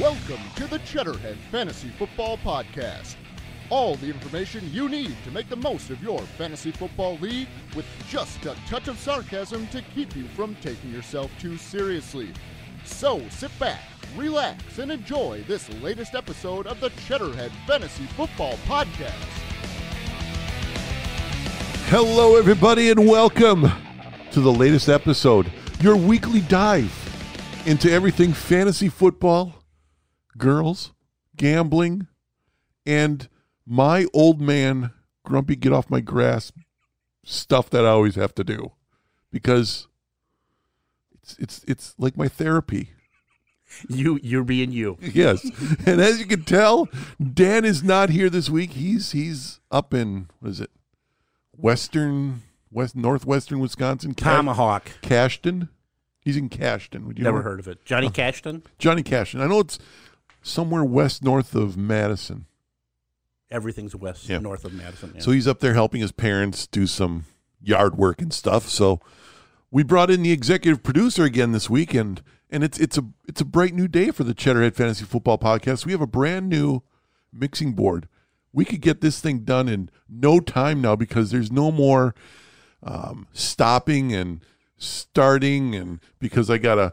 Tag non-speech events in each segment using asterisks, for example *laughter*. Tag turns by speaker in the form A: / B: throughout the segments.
A: Welcome to the Cheddarhead Fantasy Football Podcast. All the information you need to make the most of your fantasy football league with just a touch of sarcasm to keep you from taking yourself too seriously. So sit back, relax, and enjoy this latest episode of the Cheddarhead Fantasy Football Podcast.
B: Hello, everybody, and welcome to the latest episode, your weekly dive into everything fantasy football, girls, gambling, and my old man, grumpy, get off my grass stuff that I always have to do because it's it's it's like my therapy.
C: You you're being you.
B: *laughs* Yes, and as you can tell, Dan is not here this week. He's he's up in what is it, western west northwestern Wisconsin, Ca-
C: Tomahawk.
B: Cashton. He's in Cashton. Would you Oh.
C: Never
B: know-
C: heard of it. Johnny Cashton?
B: Johnny Cashton? I know it's somewhere west north of Madison.
C: Everything's west
B: Yeah.
C: north of Madison. yeah.
B: So he's up there helping his parents do some yard work and stuff. So we brought in the executive producer again this week, and and it's it's a it's a bright new day for the Cheddarhead Fantasy Football Podcast. We have a brand new mixing board. We could get this thing done in no time now because there's no more um, stopping and starting, and because I gotta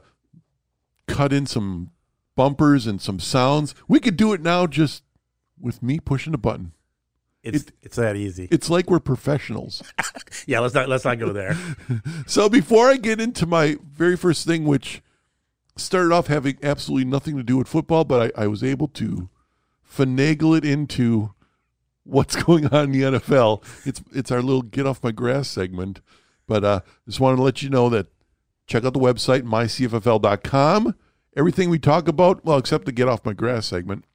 B: cut in some bumpers and some sounds. We could do it now just with me pushing a button.
C: it's it's that easy.
B: It's like we're professionals.
C: yeah, let's not let's
B: *laughs*
C: not go there.
B: So before I get into my very first thing, which started off having absolutely nothing to do with football, but I, I was able to finagle it into what's *laughs* going on in the NFL. It's it's our little get off my grass segment. But uh just wanted to let you know that check out the website, mycffl.com. Everything we talk about, well, except the get off my grass segment,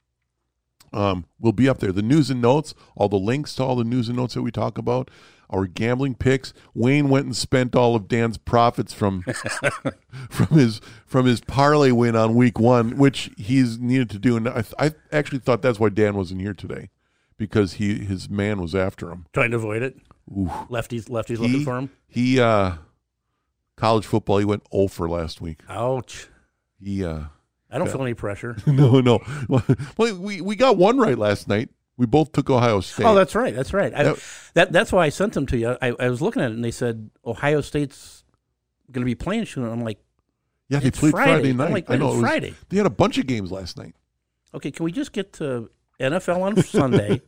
B: um, will be up there. The news and notes, all the links to all the news and notes that we talk about, our gambling picks. Wayne went and spent all of Dan's profits
C: *laughs*
B: from from his from his parlay win on week one, which he's needed to do. And I, I actually thought that's why Dan wasn't here today, because he his man was after him.
C: Trying to avoid it. Lefties lefties looking
B: He-
C: for him.
B: He uh, college football. He went 0 for last week.
C: Ouch.
B: He uh, *laughs*
C: I don't feel any pressure.
B: no no. *laughs* Well, we we got one right last night. We both took Ohio State.
C: Oh, that's right. That's right. I,
B: That-
C: that, that's why I sent them to you. I, I was looking at it and they said Ohio State's going to be playing soon. I'm like,
B: yeah, they
C: it's
B: played Friday,
C: Friday. I'm
B: night.
C: like,
B: I know
C: it's
B: it was-
C: Friday.
B: They had a bunch of games last night.
C: okay, can we just get to
B: *laughs*
C: NFL on Sunday,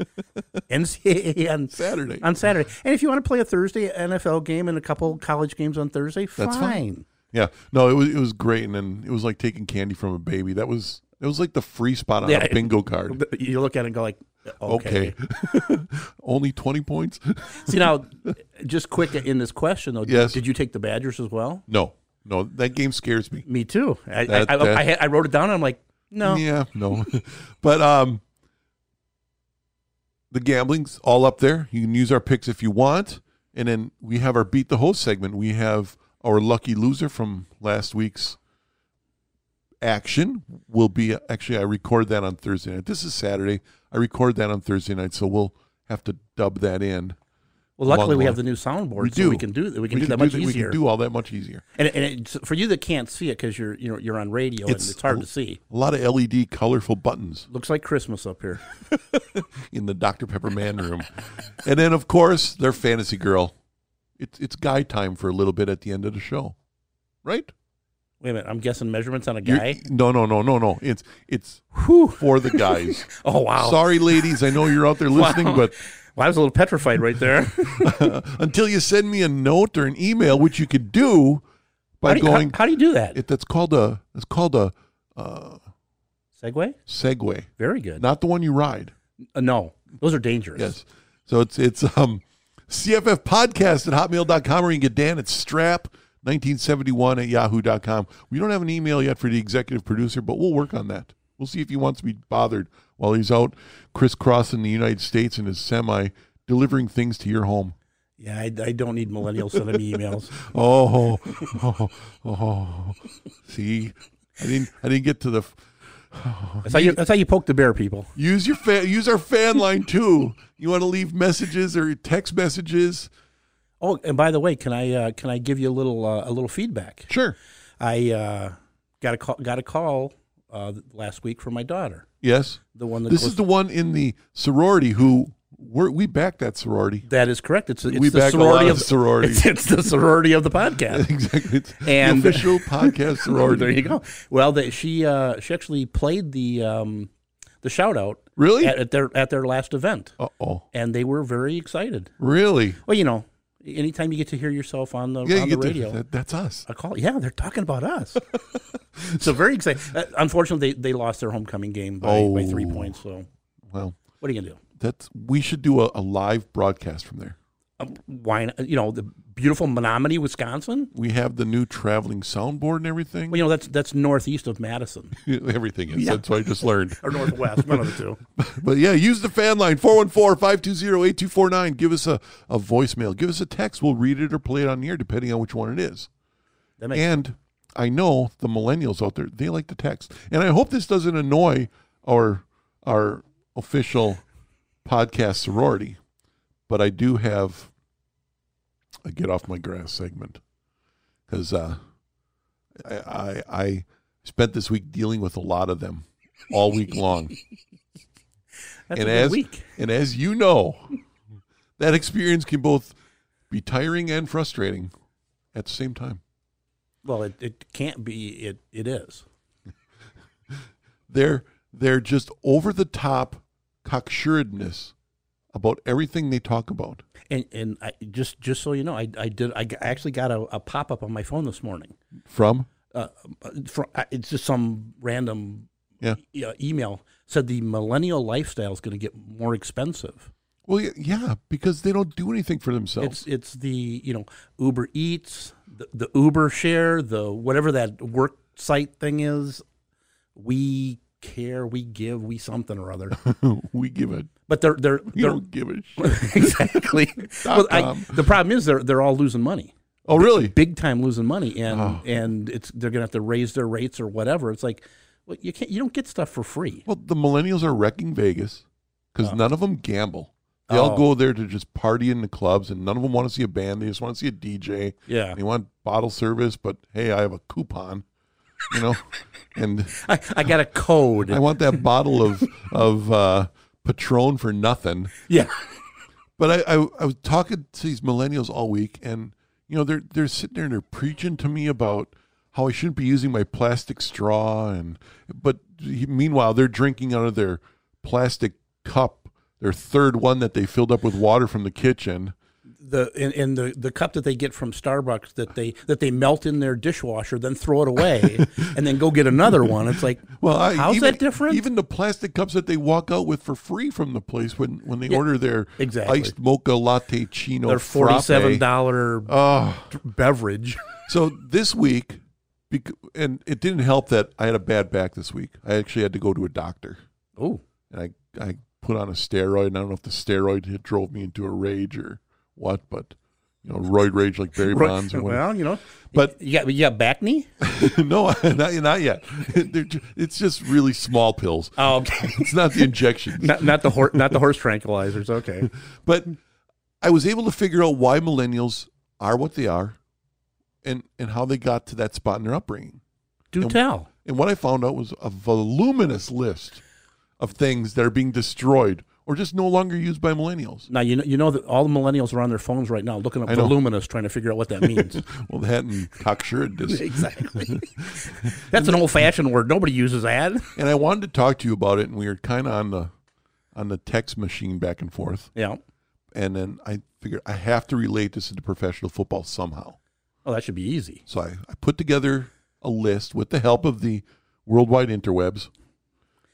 C: NCAA on
B: Saturday.
C: on Saturday, and if you want to play a Thursday NFL game and a couple college games on Thursday, fine.
B: That's fine. Yeah, no, it was it was great, and then it was like taking candy from a baby. That was it was like the free spot on
C: Yeah,
B: a
C: it-
B: bingo card.
C: But You look at it and go like, *laughs* okay.
B: Okay, *laughs* only twenty points. *laughs*
C: See now, just quick in this question though.
B: Yes.
C: Did you take the Badgers as well?
B: No, no, that game scares me.
C: Me too. I
B: That-
C: I,
B: that-
C: I, I, had, I wrote it down. and I'm like, no.
B: Yeah, no, *laughs* but um, the gambling's all up there. You can use our picks if you want, and then we have our beat the host segment. We have our lucky loser from last week's action will be actually I record that on Thursday night. This is Saturday. I record that on Thursday night, so we'll have to dub that in.
C: Well, luckily
B: Long
C: we
B: one.
C: have the new soundboard,
B: We
C: so
B: do.
C: we can do we can do that much
B: We
C: easier.
B: can do all that much easier.
C: And, and it's, for you that can't see it because you're you know you're on radio
B: It's-
C: Oh, and it's hard to see.
B: A lot of LED colorful buttons.
C: Looks like Christmas up here.
B: in the Dr. Pepper man room. and then, of course, their fantasy girl. It's it's guy time for a little bit at the end of the show, right?
C: Wait a minute, I'm guessing measurements on a
B: You're-
C: guy.
B: no, no, no, no, no. It's it's
C: Whew.
B: for the guys.
C: Oh *laughs* wow.
B: Sorry, ladies. I know you're out there listening,
C: Wow. *laughs* Well, I was a little petrified right there.
B: but until you send me a note or an email, which you could do *laughs* by
C: how, do you,
B: going,
C: how, how do you do that?
B: it, that's called a that's called a uh,
C: Segway.
B: segue,
C: Very good.
B: not the one you ride.
C: Uh, no, those are dangerous.
B: Yes. So it's it's um CFF podcast at hotmail.com or you can get Dan at strap 1971 at yahoo.com. We don't have an email yet for the executive producer, but we'll work on that. We'll see if he wants to be bothered while he's out crisscrossing the United States in his semi delivering things to your home.
C: Yeah, I, I don't need millennials sending me emails.
B: *laughs* Oh, oh, *laughs* oh. See, I didn't I didn't get to the Oh,
C: That's how you, that's how you poke the bear, people.
B: Use your fan, use our fan line too. You want to leave messages or text messages?
C: Oh, and by the way, can I uh, can I give you a little uh, a little feedback?
B: Sure.
C: I uh, got a call got a call uh, last week for my daughter.
B: Yes.
C: The one that
B: This
C: goes,
B: is the one in the sorority who we're, we backed that sorority. *laughs*
C: that is correct. It's, it's
B: we
C: the
B: back a
C: sorority
B: lot
C: of
B: of sororities.
C: It's, *laughs* it's the sorority of the podcast.
B: exactly. It's
C: And-
B: the
C: *laughs*
B: official podcast sorority.
C: there you go. Well, they, she uh, she actually played the um, the shout out
B: Really?
C: at, at their at their last event,
B: Uh oh.
C: and they were very excited.
B: Really?
C: Well, you know, anytime you get to hear yourself on the
B: Yeah,
C: on
B: you get
C: the
B: to,
C: radio,
B: that, that's us.
C: a call. Yeah, they're talking
B: *laughs*
C: about us. so very excited. Uh, unfortunately, they, they lost their homecoming game by, by three
B: Oh.
C: points. So
B: Well,
C: what are you gonna do?
B: that's we should do a, a live broadcast from there.
C: Um, why? not? You know, the beautiful Menominee, Wisconsin.
B: We have the new traveling soundboard and everything.
C: Well, you know that's that's northeast of Madison
B: *laughs* everything is. That's what I just learned. *laughs*
C: or northwest, one of the two.
B: But yeah, use the fan line 414-520-8249. Give us a, a voicemail. Give us a text. We'll read it or play it on the air, depending on which one it is.
C: That makes
B: And I know the millennials out there, they like to text. And I hope this doesn't annoy our our official *laughs* podcast sorority. But I do have a get off my grass segment. Because uh, I, I I spent this week dealing with a lot of them all week long. and
C: that's a good
B: as
C: week.
B: and as you know, that experience can both be tiring and frustrating at the same time.
C: Well, it, it can't be. It it is.
B: They're they're just over the top cocksuredness about everything they talk about.
C: And and I, just just so you know, I, I did. I g- I actually got a, a pop up on my phone this morning.
B: From
C: Uh, for, uh, it's just some random
B: yeah,
C: e- uh, email said the millennial lifestyle is going to get more expensive.
B: well, y- yeah, because they don't do anything for themselves.
C: It's it's the you know Uber Eats, the, the Uber share, the whatever that work site thing is. We care, we give, we something or other.
B: *laughs* we give it.
C: But they're they're,
B: We
C: they're
B: don't give a shit. *laughs*
C: *laughs* exactly. well, I,
B: com.
C: the problem is they're they're all losing money.
B: Oh, really?
C: big time losing money and
B: Oh.
C: and it's they're gonna have to raise their rates or whatever. It's like well, you can't you don't get stuff for free.
B: Well, the millennials are wrecking Vegas because none of them gamble. They all
C: Oh.
B: go there to just party in the clubs, and none of them want to see a band. They just want to see a DJ.
C: Yeah.
B: They want bottle service, but hey, I have a coupon, you know,
C: *laughs*
B: and
C: I, I got a code.
B: *laughs* I want
C: *laughs*
B: that bottle of of uh, Patron for nothing.
C: yeah.
B: But I, I I was talking to these millennials all week, and you know they're they're sitting there and they're preaching to me about how I shouldn't be using my plastic straw, and but meanwhile they're drinking out of their plastic cup, their third one that they filled up with water from the kitchen.
C: The and, and the, the cup that they get from Starbucks that they that they melt in their dishwasher, then throw
B: *laughs*
C: it away and then go get another one. It's like
B: Well, I,
C: how's
B: even,
C: that different?
B: Even the plastic cups that they walk out with for free from the place when, when they order their
C: exactly.
B: iced mocha latte chino
C: their forty seven dollar
B: Oh, *laughs*
C: beverage.
B: so this week, bec- and it didn't help that I had a bad back this week. I actually had to go to a doctor,
C: Oh.
B: and I I put on a steroid. And I don't know if the steroid had drove me into a rage or what, but you know, *laughs* roid rage like Barry Bonds or whatever.
C: Well, you know.
B: But-
C: you got you got
B: *laughs*
C: back knee?
B: no, not, not yet. *laughs* They're ju- it's just really small pills.
C: Oh okay.
B: It's not the *laughs* injection.
C: not not the horse not the horse tranquilizers, okay.
B: but I was able to figure out why millennials are what they are, and and how they got to that spot in their upbringing.
C: Do tell.
B: And what I found out was a voluminous list of things that are being destroyed or just no longer used by millennials.
C: Now you know you know that all the millennials are on their phones right now looking up
B: know.
C: voluminous, trying to figure out what that means. *laughs*
B: Well, that and cocksuredness.
C: exactly. That's an old-fashioned word. Nobody uses that.
B: And I wanted to talk to you about it, and we were kind of on the on the text machine back and forth.
C: Yeah.
B: And then I figured I have to relate this into professional football somehow.
C: Oh, that should be easy.
B: So I, I put together a list with the help of the worldwide interwebs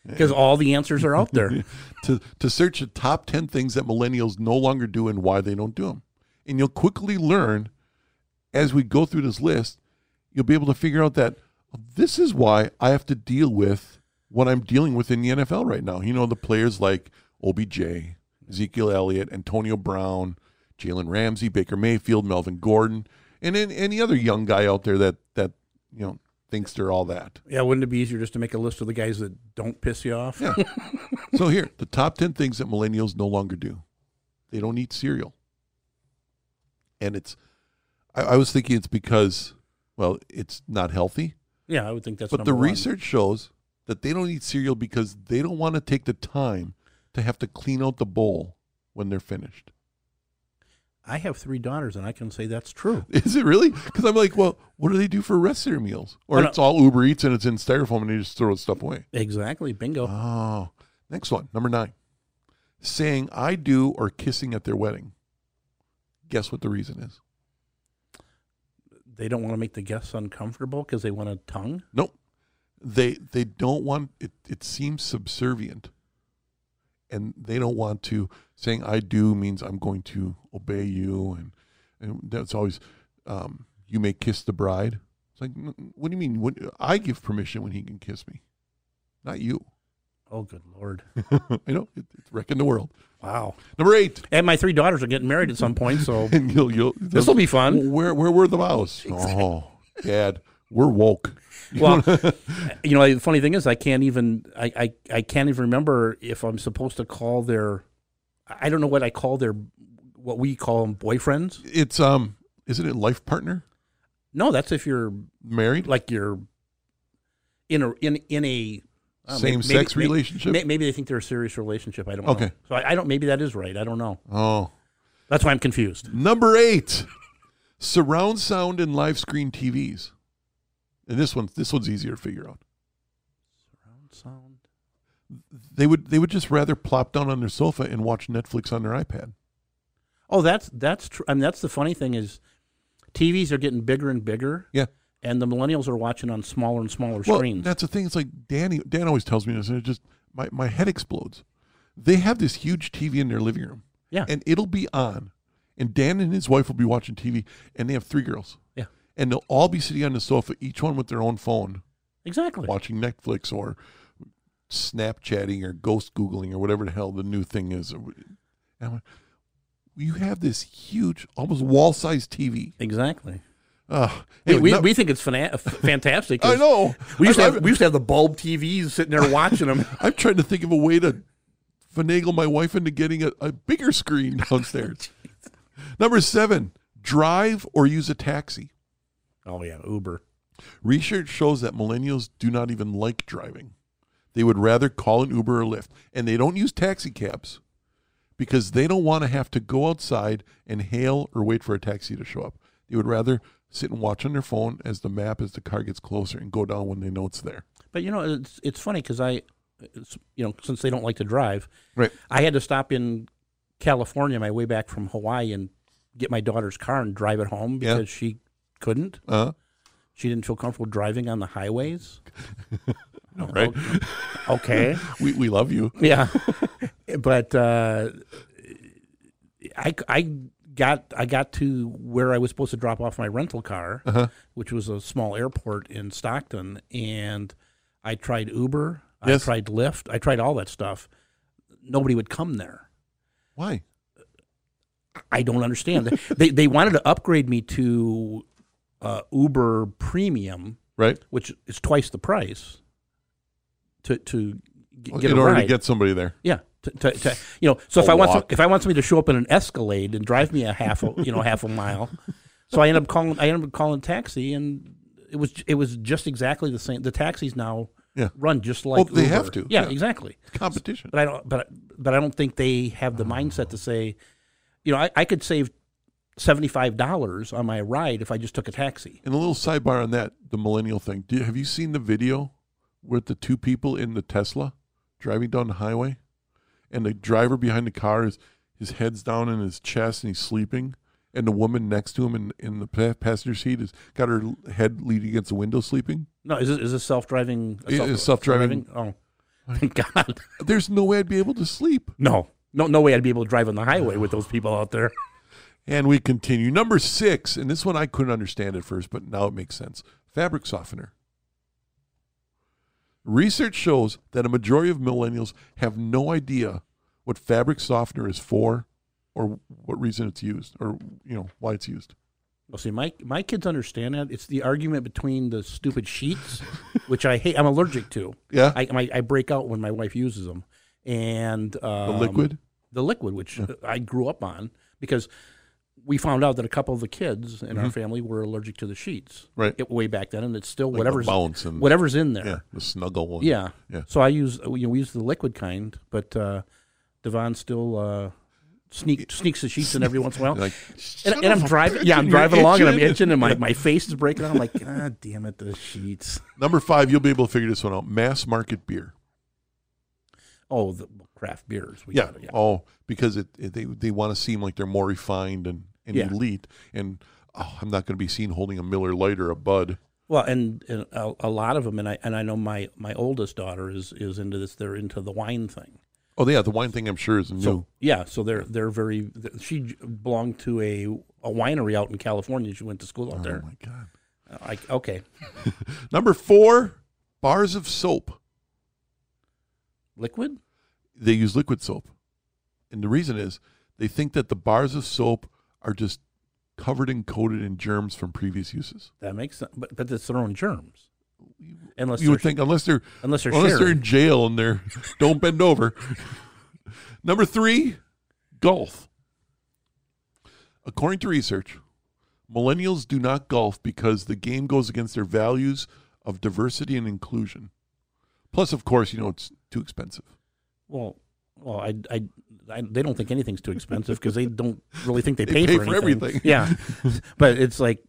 C: Because all the answers are out *laughs* there.
B: *laughs* to, to search the top 10 things that millennials no longer do and why they don't do them. And you'll quickly learn as we go through this list, you'll be able to figure out that this is why I have to deal with what I'm dealing with in the NFL right now. You know, the players like OBJ, Ezekiel Elliott, Antonio Brown, Jalen Ramsey, Baker Mayfield, Melvin Gordon, and then any other young guy out there that, that you know, thinks they're all that.
C: yeah, wouldn't it be easier just to make a list of the guys that don't piss you off?
B: Yeah. so here, the top 10 things that millennials no longer do. They don't eat cereal. And it's, I, I was thinking it's because, well, it's not healthy,
C: Yeah, I would think that's.
B: but
C: number
B: the
C: one.
B: research shows that they don't eat cereal because they don't want to take the time to have to clean out the bowl when they're finished. *laughs*
C: I have three daughters, and I can say that's true.
B: Is it really? Because I'm like, well, what do they do for rest of their meals? Or
C: Oh, no.
B: it's all Uber Eats and it's in styrofoam and they just throw stuff away.
C: Exactly. Bingo.
B: Oh, next one, number nine, saying "I do" or kissing at their wedding. Guess what the reason is?
C: they don't want to make the guests uncomfortable because they want a tongue.
B: Nope. They they don't want it. It seems subservient, and they don't want to. Saying "I do" means I'm going to obey you, and and that's always um, you may kiss the bride. It's like, "N- what do you mean? What, I give permission when he can kiss me, not *laughs* you.
C: Oh, good lord!
B: you know, it, it's wrecking the world.
C: Wow.
B: Number eight,
C: And my three daughters are getting married at some point, so
B: *laughs* and you'll you'll
C: this will be fun.
B: *laughs* Well, Where where were the vows? Oh, Dad, we're woke.
C: Well, you know, the funny thing is, I can't even I, I I can't even remember if I'm supposed to call their I don't know what I call their what we call them boyfriends.
B: It's um, isn't it life partner
C: No, that's if you're
B: married,
C: like you're in a in in a I don't know,
B: same
C: maybe-
B: sex
C: maybe-
B: relationship?
C: may- Maybe they think they're a serious relationship. I don't know.
B: Okay.
C: So I, I don't. Maybe that is right. I don't know.
B: Oh,
C: That's why I'm confused.
B: number eight, surround sound and live screen TVs. And this one, this one's easier to figure out.
C: Surround sound.
B: They would they would just rather plop down on their sofa and watch Netflix on their iPad.
C: Oh, that's that's true. I mean, that's the funny thing is, TVs are getting bigger and bigger,
B: Yeah.
C: and the millennials are watching on smaller and smaller
B: Well,
C: screens.
B: that's the thing. It's like Danny. Dan always tells me this, and it just my, my head explodes. They have this huge TV in their living room.
C: Yeah.
B: and it'll be on, and Dan and his wife will be watching TV, and they have three girls,
C: yeah,
B: and they'll all be sitting on the sofa, each one with their own phone,
C: exactly.
B: watching Netflix or Snapchatting or ghost googling or whatever the hell the new thing is. And I'm like, you have this huge, almost wall-sized TV.
C: Exactly.
B: Ugh.
C: We,
B: Anyway,
C: we,
B: no-
C: we think it's fana- f- fantastic.
B: I
C: 'cause
B: know.
C: We used, to
B: I-
C: have, we used to have the bulb TVs sitting there watching them.
B: I'm trying to think of a way to finagle my wife into getting a, a bigger screen *laughs* downstairs. Number seven, drive or use a taxi.
C: oh yeah, Uber.
B: Research shows that millennials do not even like driving. They would rather call an Uber or Lyft, and they don't use taxi cabs because they don't want to have to go outside and hail or wait for a taxi to show up. They would rather sit and watch on their phone as the map as the car gets closer and go down when they know it's there.
C: But you know, it's it's funny because I, it's, you know, since they don't like to drive,
B: *laughs* Right.
C: I had to stop in California on my way back from Hawaii and get my daughter's car and drive it home
B: Yeah.
C: because she couldn't.
B: Uh,
C: She didn't feel comfortable driving on the highways.
B: all right.
C: *laughs* Okay.
B: we, we love you.
C: yeah. *laughs* but uh, I, I got I got to where I was supposed to drop off my rental car,
B: Uh-huh.
C: which was a small airport in Stockton, and I tried Uber,
B: Yes.
C: I tried Lyft, I tried all that stuff. Nobody would come there.
B: Why?
C: I don't understand. *laughs* they they wanted to upgrade me to uh, Uber Premium,
B: Right.
C: which is twice the price to to g-
B: Well,
C: get
B: in
C: a
B: order
C: ride.
B: to get somebody there.
C: yeah to, to, to- you know so if
B: Or
C: I want some,
B: walk.
C: if I want somebody to show up in an Escalade and drive me a half a, you know half a mile so I end up calling I end up calling taxi and it was it was just exactly the same the taxis now
B: Yeah.
C: run just like
B: Well, they
C: Uber.
B: have to,
C: yeah,
B: yeah.
C: exactly
B: Competition.
C: but I don't but but I don't think they have the mindset to say you know I, I could save seventy five dollars on my ride if I just took a taxi
B: And a little sidebar on that, the millennial thing. Do, have you seen the video with the two people in the Tesla driving down the highway? And the driver behind the car is his head's down in his chest and he's sleeping. And the woman next to him in, in the pa- passenger seat has got her l- head leaning against the window sleeping.
C: no is this, is this self driving
B: It is self-driving.
C: oh thank God. *laughs*
B: There's no way I'd be able to sleep.
C: No, no, no way I'd be able to drive on the highway with those people out there.
B: And we continue. Number six, and this one I couldn't understand at first, but now it makes sense. Fabric softener. Research shows that a majority of millennials have no idea what fabric softener is for or what reason it's used or you know why it's used.
C: Well, see, my my kids understand that. It's the argument between the stupid sheets, *laughs* which I hate. I'm allergic to.
B: Yeah.
C: I my, I break out when my wife uses them, and um,
B: the liquid.
C: the liquid, which I grew up on because we found out that a couple of the kids in our family were allergic to the sheets.
B: Mm-hmm. Right.
C: It, way back then, and it's still
B: the
C: whatever's
B: bounce and-
C: whatever's in there.
B: Yeah, the snuggle one.
C: Yeah.
B: Yeah.
C: So I use you know, we use the liquid kind, but uh, Devon still uh, sneak, sneaks the sheets in every once in a
B: *laughs*
C: while.
B: Like,
C: and, and I'm driving, yeah, I'm
B: and you're
C: driving along and I'm
B: itching.
C: itching, and my, my face is breaking out.
B: *laughs*
C: I'm like, God damn it, the sheets.
B: Number five, you'll be able to figure this one out. Mass market beer.
C: Oh, the craft beers. We
B: Yeah.
C: got it,
B: Oh, because it, it- they they want to seem like they're more refined and, and
C: Yeah.
B: elite. And oh, I'm not going to be seen holding a Miller Lite or a Bud.
C: Well, and, and a, a lot of them, and I and I know my my oldest daughter is is into this. They're into the wine thing.
B: Oh yeah, the wine thing I'm sure is new.
C: So yeah, so they're they're very. She j- belonged to a a winery out in California. She went to school out
B: oh
C: there.
B: my god.
C: I, okay,
B: Number four, bars of soap.
C: liquid.
B: They use liquid soap, and the reason is they think that the bars of soap are just covered and coated in germs from previous uses.
C: That makes sense, but but it's their own germs. Unless
B: you would
C: they're-
B: think unless they're
C: unless they're
B: unless they're
C: sharing.
B: in jail and they're don't bend over. Number three, golf. According to research, millennials do not golf because the game goes against their values of diversity and inclusion. Plus, of course, you know it's too expensive.
C: well, well, I, I, I they don't think anything's too expensive because they don't really think they,
B: They pay for
C: anything.
B: everything. *laughs*
C: Yeah, but it's like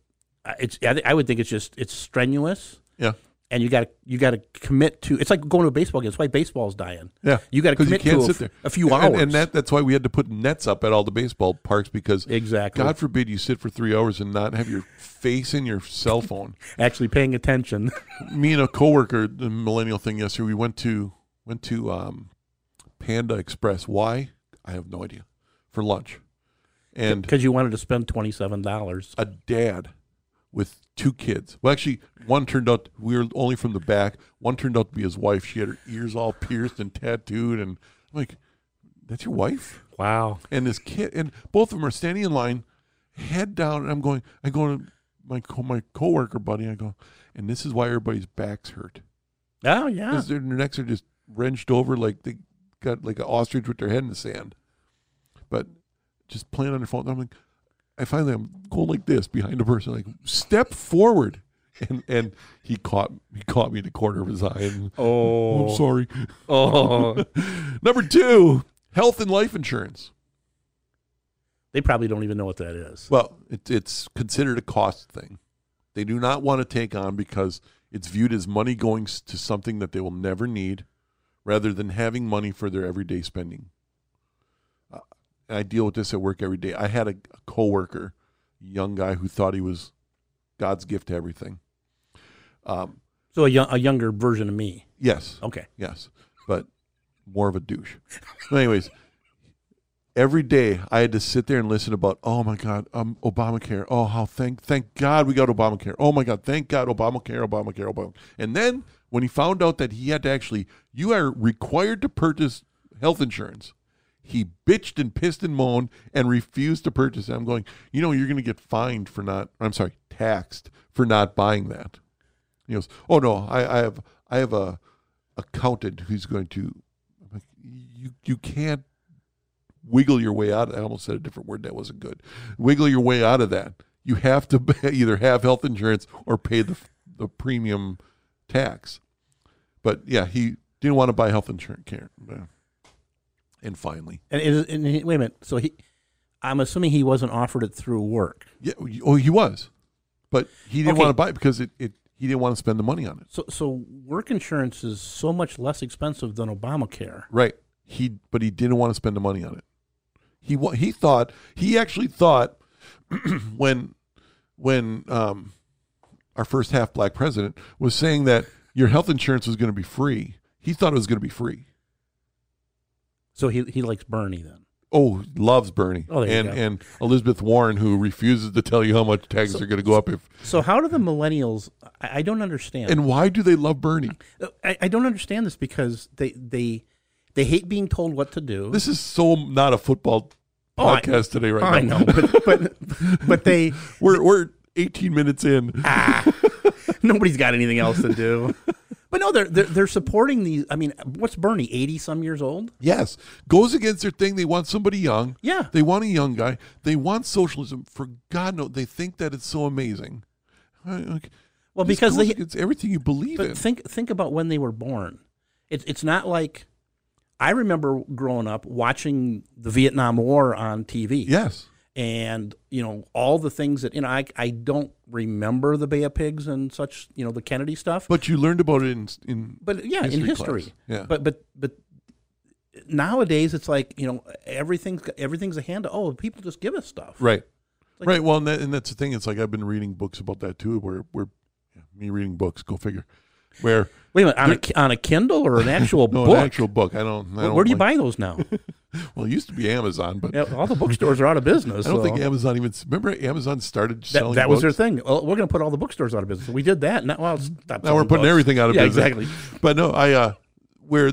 C: I- it's. I, I would think it's just it's strenuous.
B: Yeah,
C: and you got to you got to commit to. It's like going to a baseball game. That's why baseball's dying.
B: yeah.
C: you got to
B: 'Cause
C: commit
B: can't
C: to a,
B: sit
C: f-
B: there.
C: a few
B: And-
C: hours.
B: and, that, that's why we had to put nets up at all the baseball parks because
C: exactly.
B: God forbid you sit for three hours and not have your face in your cell phone.
C: Actually, paying attention.
B: me and a coworker, the millennial thing yesterday, we went to went to um, Panda Express. Why? I have no idea. For lunch, *laughs* and
C: because you wanted to spend twenty seven dollars.
B: a dad with two kids. Well, actually, one turned out we were only from the back. One turned out to be his wife. She had her ears all pierced and tattooed, and I'm like, "That's your wife?"
C: Wow.
B: and this kid and both of them are standing in line, head down, and I'm going I go to my co my coworker buddy, and I go, and this is why everybody's backs hurt.
C: Oh yeah.
B: Because their necks are just wrenched over like they got like an ostrich with their head in the sand. But just playing on their phone. I'm like, I finally I'm going like this behind the person, like step forward, *laughs* and and he caught he caught me in the corner of his eye. And,
C: Oh.
B: I'm sorry.
C: Oh.
B: *laughs* Number two, health and life insurance.
C: they probably don't even know what that is.
B: Well, it, it's considered a cost thing. They do not want to take on because it's viewed as money going s- to something that they will never need, rather than having money for their everyday spending. Uh, I deal with this at work every day. I had a, a coworker, young guy who thought he was God's gift to everything. Um,
C: So a, young, a younger version of me.
B: yes,
C: Okay.
B: Yes, but more of a douche. But anyways, every day I had to sit there and listen about. Oh my God, um, Obamacare. Oh how thank thank God we got Obamacare. Oh my God, thank God Obamacare, Obamacare, Obamacare. And then when he found out that he had to actually, you are required to purchase health insurance. He bitched and pissed and moaned and refused to purchase it. I'm going, you know, you're going to get fined for not, I'm sorry, taxed for not buying that. He goes, "Oh no, I, I have I have a accountant who's going to." I'm like, you you can't wiggle your way out. Of, I almost said a different word that wasn't good. Wiggle your way out of that. You have to *laughs* either have health insurance or pay the the premium tax. But yeah, he didn't want to buy health insurance care. Yeah. And finally,
C: And, it is, and he- wait a minute. So he, I'm assuming he wasn't offered it through work.
B: yeah, oh, he was, but he didn't
C: Okay.
B: want to buy it because it, it he didn't want to spend the money on it.
C: So so work insurance is so much less expensive than Obamacare.
B: Right. He but he didn't want to spend the money on it. He wa- he thought he actually thought *clears throat* when when um, our first half black president was saying that your health insurance was going to be free. He thought it was going to be free.
C: So he he likes Bernie then.
B: Oh, loves Bernie
C: Oh, there you
B: and
C: go.
B: and Elizabeth Warren, who refuses to tell you how much taxes are going to go up. If
C: So how do the millennials? I, I don't understand.
B: and why do they love Bernie?
C: I, I don't understand this because they they they hate being told what to do.
B: This is so not a football
C: Oh, I-
B: podcast today, right
C: *laughs* I
B: now.
C: know, but but but they *laughs*
B: We're we're 18 minutes in. *laughs*
C: nobody's got anything else to do. But no, they're, they're they're supporting these. I mean, what's Bernie? Eighty some years old.
B: Yes, goes against their thing. They want somebody young.
C: Yeah.
B: they want a young guy. They want socialism. For God knows, they think that it's so amazing. I- like,
C: Well,
B: this
C: because
B: goes
C: they-
B: against everything you believe in.
C: But think think about when they were born. It's it's not like I remember growing up watching the Vietnam War on TV.
B: yes,
C: and you know all the things that you know I I don't remember the Bay of Pigs and such you know the Kennedy stuff.
B: but you learned about it in in
C: but yeah, in
B: History
C: history.
B: class. Yeah.
C: But but but nowadays it's like you know everything's everything's a hand. Oh, people just give us stuff.
B: right,
C: Like-
B: right. Well, and, that, and that's the thing. It's like I've been reading books about that too. Where where yeah, me reading books, go figure. Where
C: Wait a minute on a on a Kindle or
B: *laughs*
C: an actual
B: no,
C: book.
B: an actual book. I don't. I
C: Where,
B: don't
C: where do you
B: like-
C: buy
B: *laughs*
C: those now?
B: Well, it used to be Amazon, but
C: Yeah, all the bookstores are out of business.
B: I don't
C: so-
B: think Amazon even. Remember, Amazon started
C: that,
B: selling.
C: that was
B: books?
C: their thing. Well, we're going to put all the bookstores out of business. We did that. Now, well, it's not
B: Now we're
C: selling
B: putting
C: books.
B: everything out of
C: yeah,
B: business.
C: Exactly.
B: But no, I uh where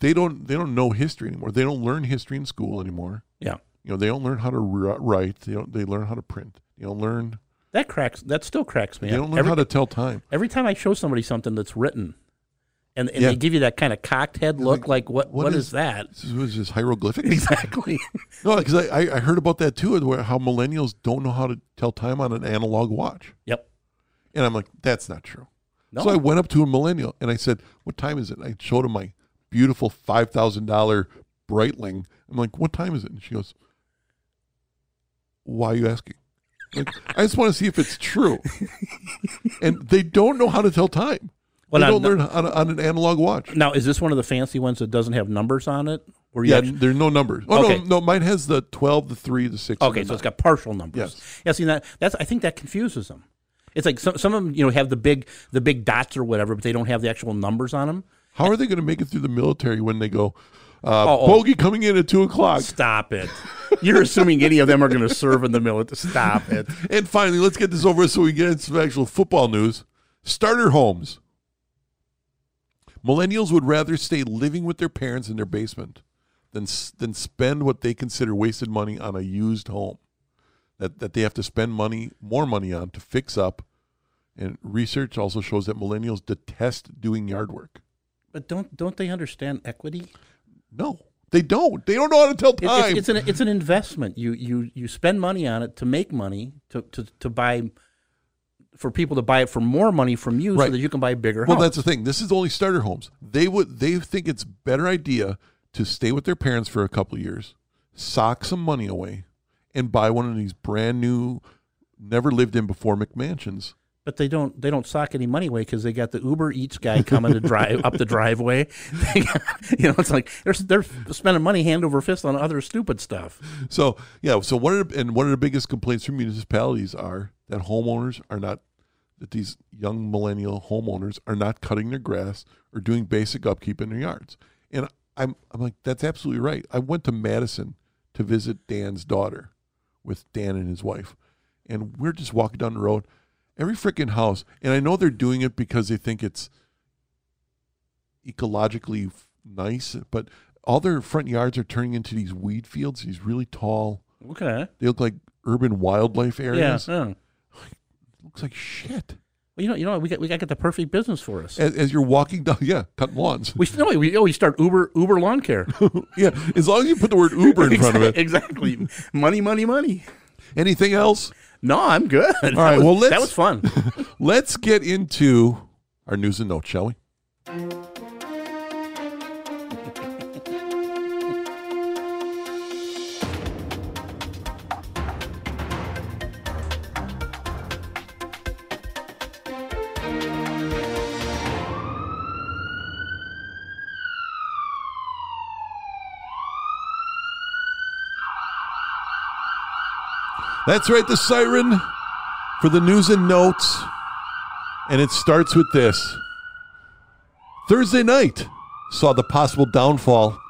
B: they don't they don't know history anymore. They don't learn history in school anymore.
C: Yeah,
B: You know, they don't learn how to ri- write. They don't. They learn how to print. They don't learn.
C: that cracks. That still cracks me.
B: They
C: up.
B: don't learn
C: every,
B: how to tell time.
C: every time I show somebody something that's written, and, and
B: Yeah.
C: they give you that kind of cocked head look, like, what
B: what
C: what
B: is-
C: is,
B: *laughs*
C: that?
B: This is, was just hieroglyphics.
C: Exactly.
B: *laughs* no, because I, I I heard about that too. Where how millennials don't know how to tell time on an analog watch,
C: *laughs* yep.
B: and I'm like, that's not true.
C: No.
B: So I went up to a millennial and I said, "What time is it?" And I showed him my beautiful five thousand dollar Breitling. I'm like, "What time is it?" And she goes, "Why are you asking?" Like, I just want to see if it's
C: *laughs*
B: true. and they don't know how to tell time.
C: Well,
B: they
C: now-
B: don't learn on, on an analog watch.
C: now, is this one of the fancy ones that doesn't have numbers on it? Where you
B: Yeah,
C: actually-
B: there's no numbers. Oh
C: Okay.
B: no, no, mine has the twelve, the three, the six. and
C: okay,
B: the
C: so
B: nine.
C: it's got partial numbers. Yeah. See, that that's I think that confuses them. It's like some some of them you know have the big the big dots or whatever, but they don't have the actual numbers on them.
B: How are they going to make it through the military when they go? Uh,
C: Oh, oh.
B: Bogey coming in at two o'clock.
C: Stop it. *laughs* You're assuming any of them are going to serve in the military. Stop it.
B: And finally, let's get this over with so we get into some actual football news. Starter homes. Millennials would rather stay living with their parents in their basement than s- than spend what they consider wasted money on a used home that that they have to spend money more money on to fix up. And research also shows that millennials detest doing yard work.
C: But don't don't they understand equity?
B: No, they don't. They don't know how to tell
C: It- it's,
B: time.
C: it's an it's an investment. You you you spend money on it to make money to to, to buy for people to buy it for more money from you
B: Right.
C: so that you can buy a bigger
B: Well,
C: house.
B: that's the thing. This is only starter homes. They would they think it's better idea to stay with their parents for a couple of years, sock some money away, and buy one of these brand new, never lived in before McMansions.
C: but they don't they don't sock any money away because they got the Uber Eats guy coming to drive up the driveway. *laughs* They got- you know, it's like they're they're spending money hand over fist on other stupid stuff.
B: So yeah, so one of the, and one of the biggest complaints from municipalities are that homeowners are not that these young millennial homeowners are not cutting their grass or doing basic upkeep in their yards. And I'm I'm like that's absolutely right. I went to Madison to visit Dan's daughter with Dan and his wife, and we're just walking down the road. Every freaking house, and I know they're doing it because they think it's ecologically f- nice, but all their front yards are turning into these weed fields, these really tall.
C: Okay.
B: They look like urban wildlife
C: Yeah.
B: areas.
C: *laughs* yeah. Well,
B: looks like shit.
C: you know, you know, what? we got we got the perfect business for us.
B: As, as you're walking down, *laughs* yeah, cutting lawns.
C: We no, we oh, we start Uber Uber lawn care.
B: yeah, as long as you put the
C: *laughs*
B: word *laughs* Uber in front of it.
C: Exactly. Money, money, money.
B: Anything else?
C: No, I'm good. All
B: right, well, let's-
C: that
B: *laughs*
C: was fun.
B: Let's get into our news and notes, shall we? That's right, the siren for the news and notes. And it starts with this Thursday night saw the possible downfall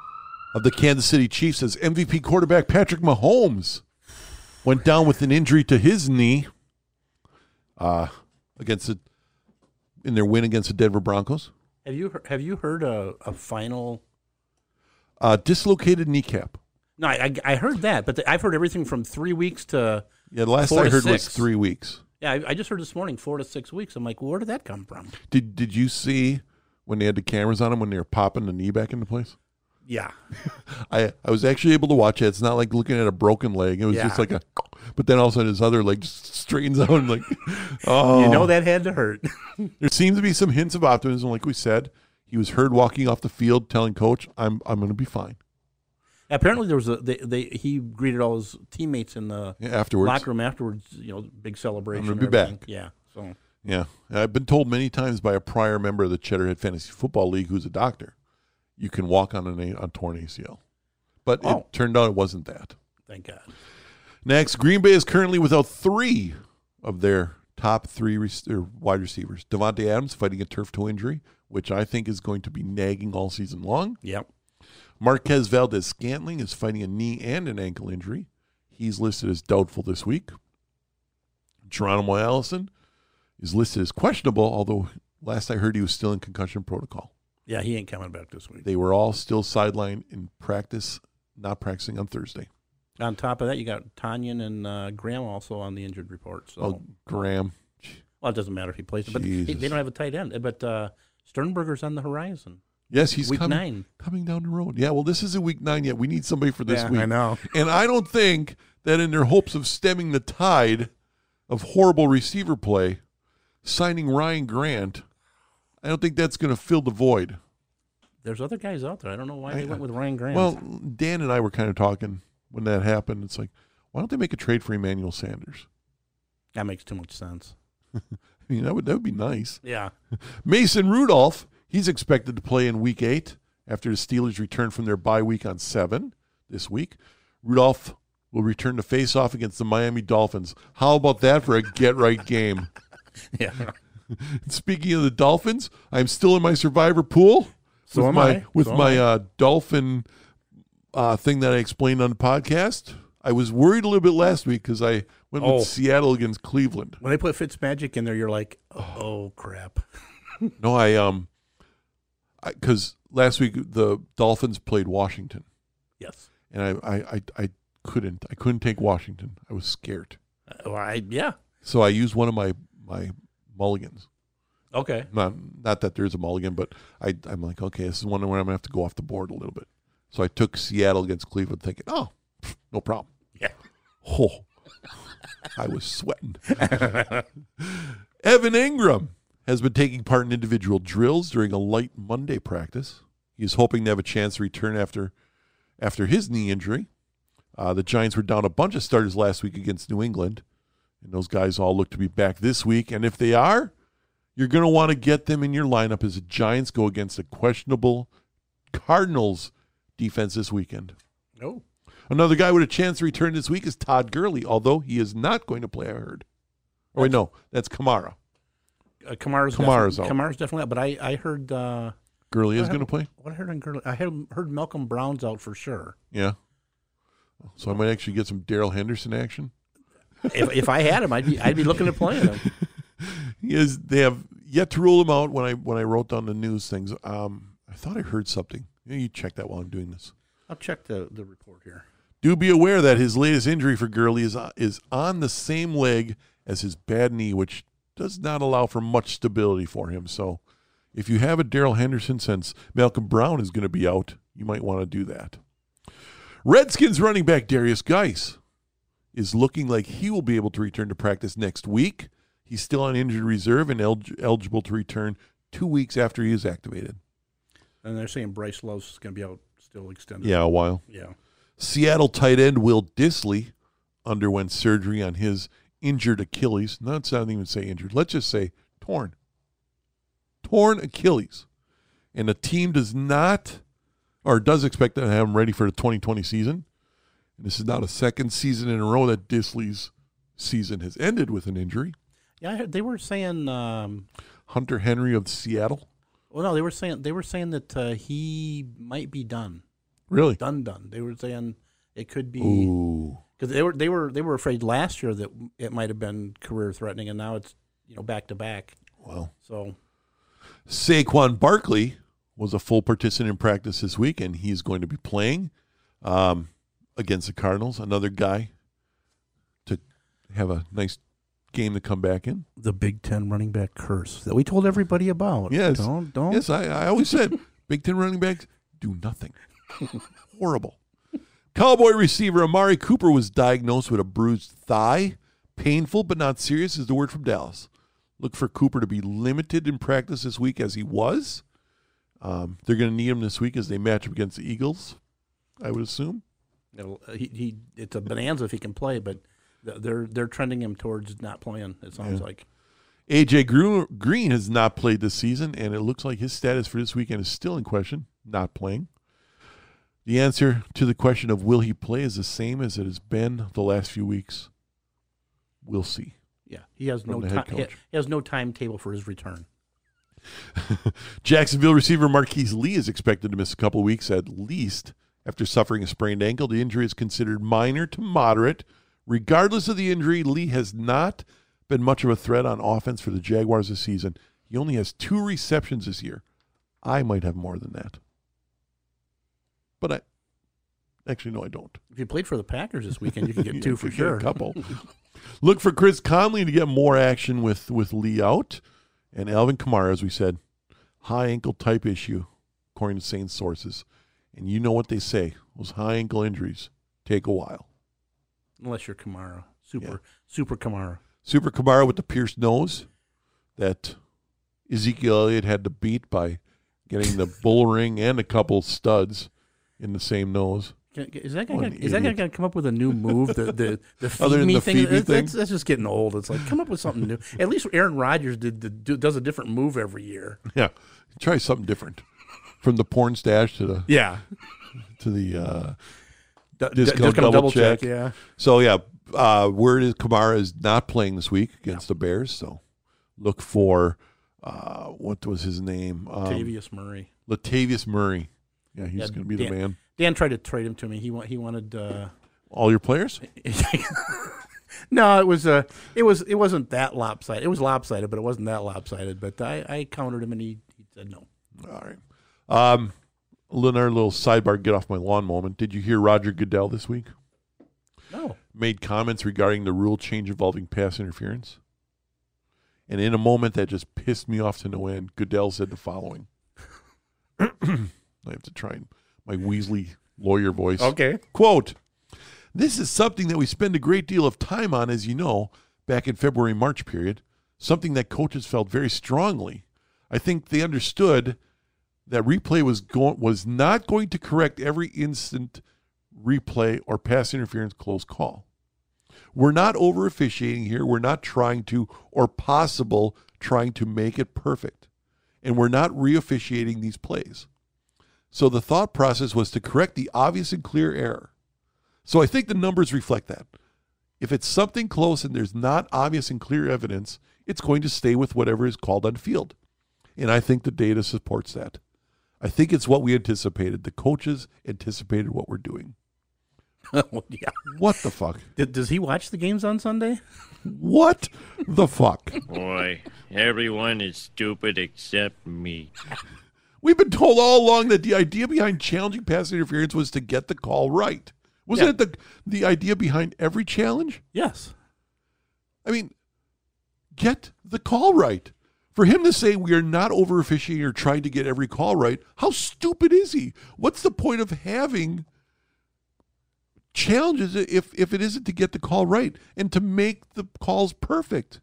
B: of the Kansas City Chiefs as MVP quarterback Patrick Mahomes went down with an injury to his knee uh, against the, in their win against the Denver Broncos.
C: have you he- have you heard a, a final?
B: Uh, dislocated kneecap.
C: No, I, I, I heard that, but I've heard everything from three weeks to
B: Yeah, the last
C: Four
B: I
C: to
B: heard was
C: six.
B: three weeks.
C: yeah. I, I just heard this morning four to six weeks. I'm like, where did that come from?
B: Did did you see when they had the cameras on them when they were popping the knee back into place.
C: Yeah.
B: I I was actually able to watch it. It's not like looking at a broken leg. It was just
C: Yeah.
B: like a, but then all of a sudden his other leg just straightens out
C: *laughs*
B: and like, oh,
C: You know that had to hurt. *laughs*
B: there seems to be some hints of optimism. Like we said, he was heard walking off the field telling coach, "I'm I'm going to be fine."
C: Apparently, there was a they, they he greeted all his teammates in the
B: Yeah, afterwards,
C: locker room afterwards. You know, big celebration.
B: I'm gonna be
C: and everything.
B: back.
C: Yeah. So
B: yeah, And I've been told many times by a prior member of the Cheddarhead Fantasy Football League who's a doctor, you can walk on an a, a torn ACL, but
C: Oh.
B: it turned out it wasn't that.
C: thank God.
B: Next, Green Bay is currently without three of their top three re- or wide receivers. Devontae Adams fighting a turf toe injury, which I think is going to be nagging all season long.
C: Yep.
B: Marquez Valdez Scantling is fighting a knee and an ankle injury. He's listed as doubtful this week. Geronimo Allison is listed as questionable, although last I heard he was still in concussion protocol.
C: Yeah, he ain't coming back this week.
B: They were all still sidelined in practice, not practicing on Thursday.
C: On top of that, you got Tanyan and uh, Graham also on the injured report. So
B: Oh, Graham.
C: well, it doesn't matter if he plays, but they-
B: Jesus.
C: they don't have a tight end. But uh, Sternberger's on the horizon.
B: Yes, he's
C: week
B: coming.
C: nine.
B: coming down the road. Yeah, well, this isn't week nine yet. We need somebody for this
C: Yeah,
B: week.
C: I know.
B: And I don't think that in their hopes of stemming the tide of horrible receiver play, signing Ryan Grant, I don't think that's going to fill the void.
C: There's other guys out there. I don't know why
B: I-
C: they went with Ryan Graham.
B: Well, Dan and I were kind of talking when that happened. It's like, why don't they make a trade for Emmanuel Sanders? *laughs*
C: that makes too much sense.
B: I mean, that would that would be nice.
C: Yeah.
B: Mason Rudolph, he's expected to play in week eight after the Steelers return from their bye week on seven this week. Rudolph will return to face off against the Miami Dolphins. How about that for a get right game?
C: *laughs*
B: *laughs*
C: Yeah.
B: Speaking of the Dolphins, I'm still in my survivor pool
C: So
B: with
C: am
B: my
C: I.
B: with
C: So am
B: my
C: I.
B: uh, dolphin uh, thing that I explained on the podcast. I was worried a little bit last week because I went
C: Oh.
B: with Seattle against Cleveland.
C: when they put Fitzmagic in there, you're like, oh crap.
B: No, I um, because last week the Dolphins played Washington,
C: Yes.
B: and I I, I I couldn't I couldn't take Washington. I was scared,
C: Uh, well, I, yeah.
B: so I used one of my my mulligans.
C: Okay.
B: Not not that there's a mulligan, but I I'm like okay, this is one where I'm gonna have to go off the board a little bit. So I took Seattle against Cleveland, thinking oh, pff, no problem.
C: Yeah.
B: Oh, I was sweating. Evan Ingram has been taking part in individual drills during a light Monday practice. He is hoping to have a chance to return after after his knee injury. Uh, the Giants were down a bunch of starters last week against New England, and those guys all look to be back this week. And if they are, you're going to want to get them in your lineup as the Giants go against a questionable Cardinals defense this weekend.
C: No.
B: Another guy with a chance to return this week is Todd Gurley, although he is not going to play, I heard. Oh, wait, no, that's Kamara.
C: Uh, Kamara's
B: Kamara's
C: defi-
B: out.
C: Kamara's definitely out. But I I heard uh,
B: Gurley is going to play?
C: what I heard on Gurley. I heard, heard Malcolm Brown's out for sure.
B: Yeah. So I might actually get some Daryl Henderson action.
C: if, if I had him, I'd be I'd be looking at playing him.
B: He is, they have yet to rule him out when I when I wrote down the news things. Um, I thought I heard something. Yeah, You check that while I'm doing this.
C: I'll check the, the report here.
B: Do be aware that his latest injury for Gurley is, uh, is on the same leg as his bad knee, which does not allow for much stability for him. So, if you have a Daryl Henderson, since Malcolm Brown is going to be out, you might want to do that. Redskins running back Darius Geis is looking like he will be able to return to practice next week. He's still on injured reserve and el- eligible to return two weeks after he is activated.
C: And they're saying Bryce Love's going to be out still extended.
B: Yeah, a while.
C: Yeah.
B: Seattle tight end Will Disley underwent surgery on his injured Achilles. Not so I don't even say injured. Let's just say torn. Torn Achilles. And the team does not or does expect to have him ready for the 2020 season. And this is now the second season in a row that Disley's season has ended with an injury.
C: Yeah. I heard, they were saying. Um,
B: Hunter Henry of Seattle.
C: well, no, they were saying they were saying that uh, he might be done,
B: Really?
C: done, done. They were saying it could be
B: Ooh.
C: because they were they were they were afraid last year that it might have been career threatening, and now it's you know back to back.
B: Well.
C: So
B: Saquon Barkley was a full participant in practice this week, and he's going to be playing um, against the Cardinals. Another guy to have a nice game to come back in.
C: The Big Ten running back curse that we told everybody about.
B: Yes.
C: Don't don't
B: Yes, I, I always said *laughs* Big Ten running backs do nothing. *laughs* Horrible. Cowboy receiver Amari Cooper was diagnosed with a bruised thigh. Painful but not serious is the word from Dallas. Look for Cooper to be limited in practice this week as he was. Um, they're going to need him this week as they match up against the Eagles, I would assume.
C: It'll- uh, he, he it's a bonanza if he can play, but th- they're they're trending him towards not playing. It sounds like
B: AJ Gru- Green has not played this season, and it looks like his status for this weekend is still in question, not playing. The answer to the question of will he play is the same as it has been the last few weeks. We'll see.
C: yeah, he has
B: From
C: no
B: the head
C: time. He,
B: coach.
C: he has no timetable for his return.
B: Jacksonville receiver Marquise Lee is expected to miss a couple weeks at least after suffering a sprained ankle. The injury is considered minor to moderate. Regardless of the injury, Lee has not been much of a threat on offense for the Jaguars this season. He only has two receptions this year. I might have more than that. But I actually no, I don't.
C: If you played for the Packers this weekend,
B: *laughs*
C: you could
B: You
C: get two for
B: could get a
C: sure. *laughs*
B: couple. Look for Chris Conley to get more action with with Lee out, and Alvin Kamara, as we said, high ankle type issue, according to Saints sources. And you know what they say: those high ankle injuries take a while.
C: Unless you're Kamara, super super Kamara.
B: Super Kamara with the pierced nose that Ezekiel Elliott had to beat by getting
C: *laughs*
B: the bull ring and a couple studs in the same nose.
C: Can- Is that guy
B: What
C: gonna,
B: an
C: is that guy
B: idiot.
C: gonna come up with a new move?
B: *laughs*
C: The the the feed
B: Other than
C: me
B: the
C: thing,
B: feed me
C: That's- that's,
B: thing?
C: that's just getting old. It's like come up with something new. At least Aaron Rodgers did, the do, does a different move every year.
B: Yeah, try something different, from the porn stash to the
C: *laughs* Yeah,
B: to the. Uh,
C: D-
B: Just go double check.
C: Yeah,
B: So yeah, uh, word is Kamara is not playing this week against the Bears. So look for uh, what was his name? Um,
C: Tavius Murray.
B: Latavius Murray. Yeah, he's
C: Yeah,
B: going to be the
C: Dan-
B: man.
C: Dan tried to trade him to me. He wa- he wanted. Uh,
B: All your players.
C: *laughs* no, it was uh, it was it wasn't that lopsided. It was lopsided, but it wasn't that lopsided. But I, I countered him, and he, he said no.
B: All right. Um, another little sidebar. Get off my lawn moment. Did you hear Roger Goodell this week
C: *laughs* No,
B: made comments regarding the rule change involving pass interference? And in a moment that just pissed me off to no end, Goodell said the following. *coughs* I have to try and my Weasley lawyer voice.
C: okay.
B: Quote This is something that we spend a great deal of time on, as you know, back in February March period, something that coaches felt very strongly. I think they understood that replay was going was not going to correct every instant replay or pass interference close call. We're not over officiating here. We're not trying to or possible trying to make it perfect. And we're not re officiating these plays. So the thought process was to correct the obvious and clear error. So I think the numbers reflect that. If it's something close and there's not obvious and clear evidence, it's going to stay with whatever is called on field. And I think the data supports that. I think it's what we anticipated. The coaches anticipated what we're doing.
C: Well, yeah.
B: What the fuck?
C: Did, does he watch the games on Sunday?
B: What the fuck?
D: Boy, everyone is stupid except me.
B: We've been told all along that the idea behind challenging pass interference was to get the call right. Wasn't it the the idea behind every challenge?
C: Yes.
B: I mean, get the call right. For him to say we are not over officiating or trying to get every call right, how stupid is he? What's the point of having challenges if if it isn't to get the call right and to make the calls perfect?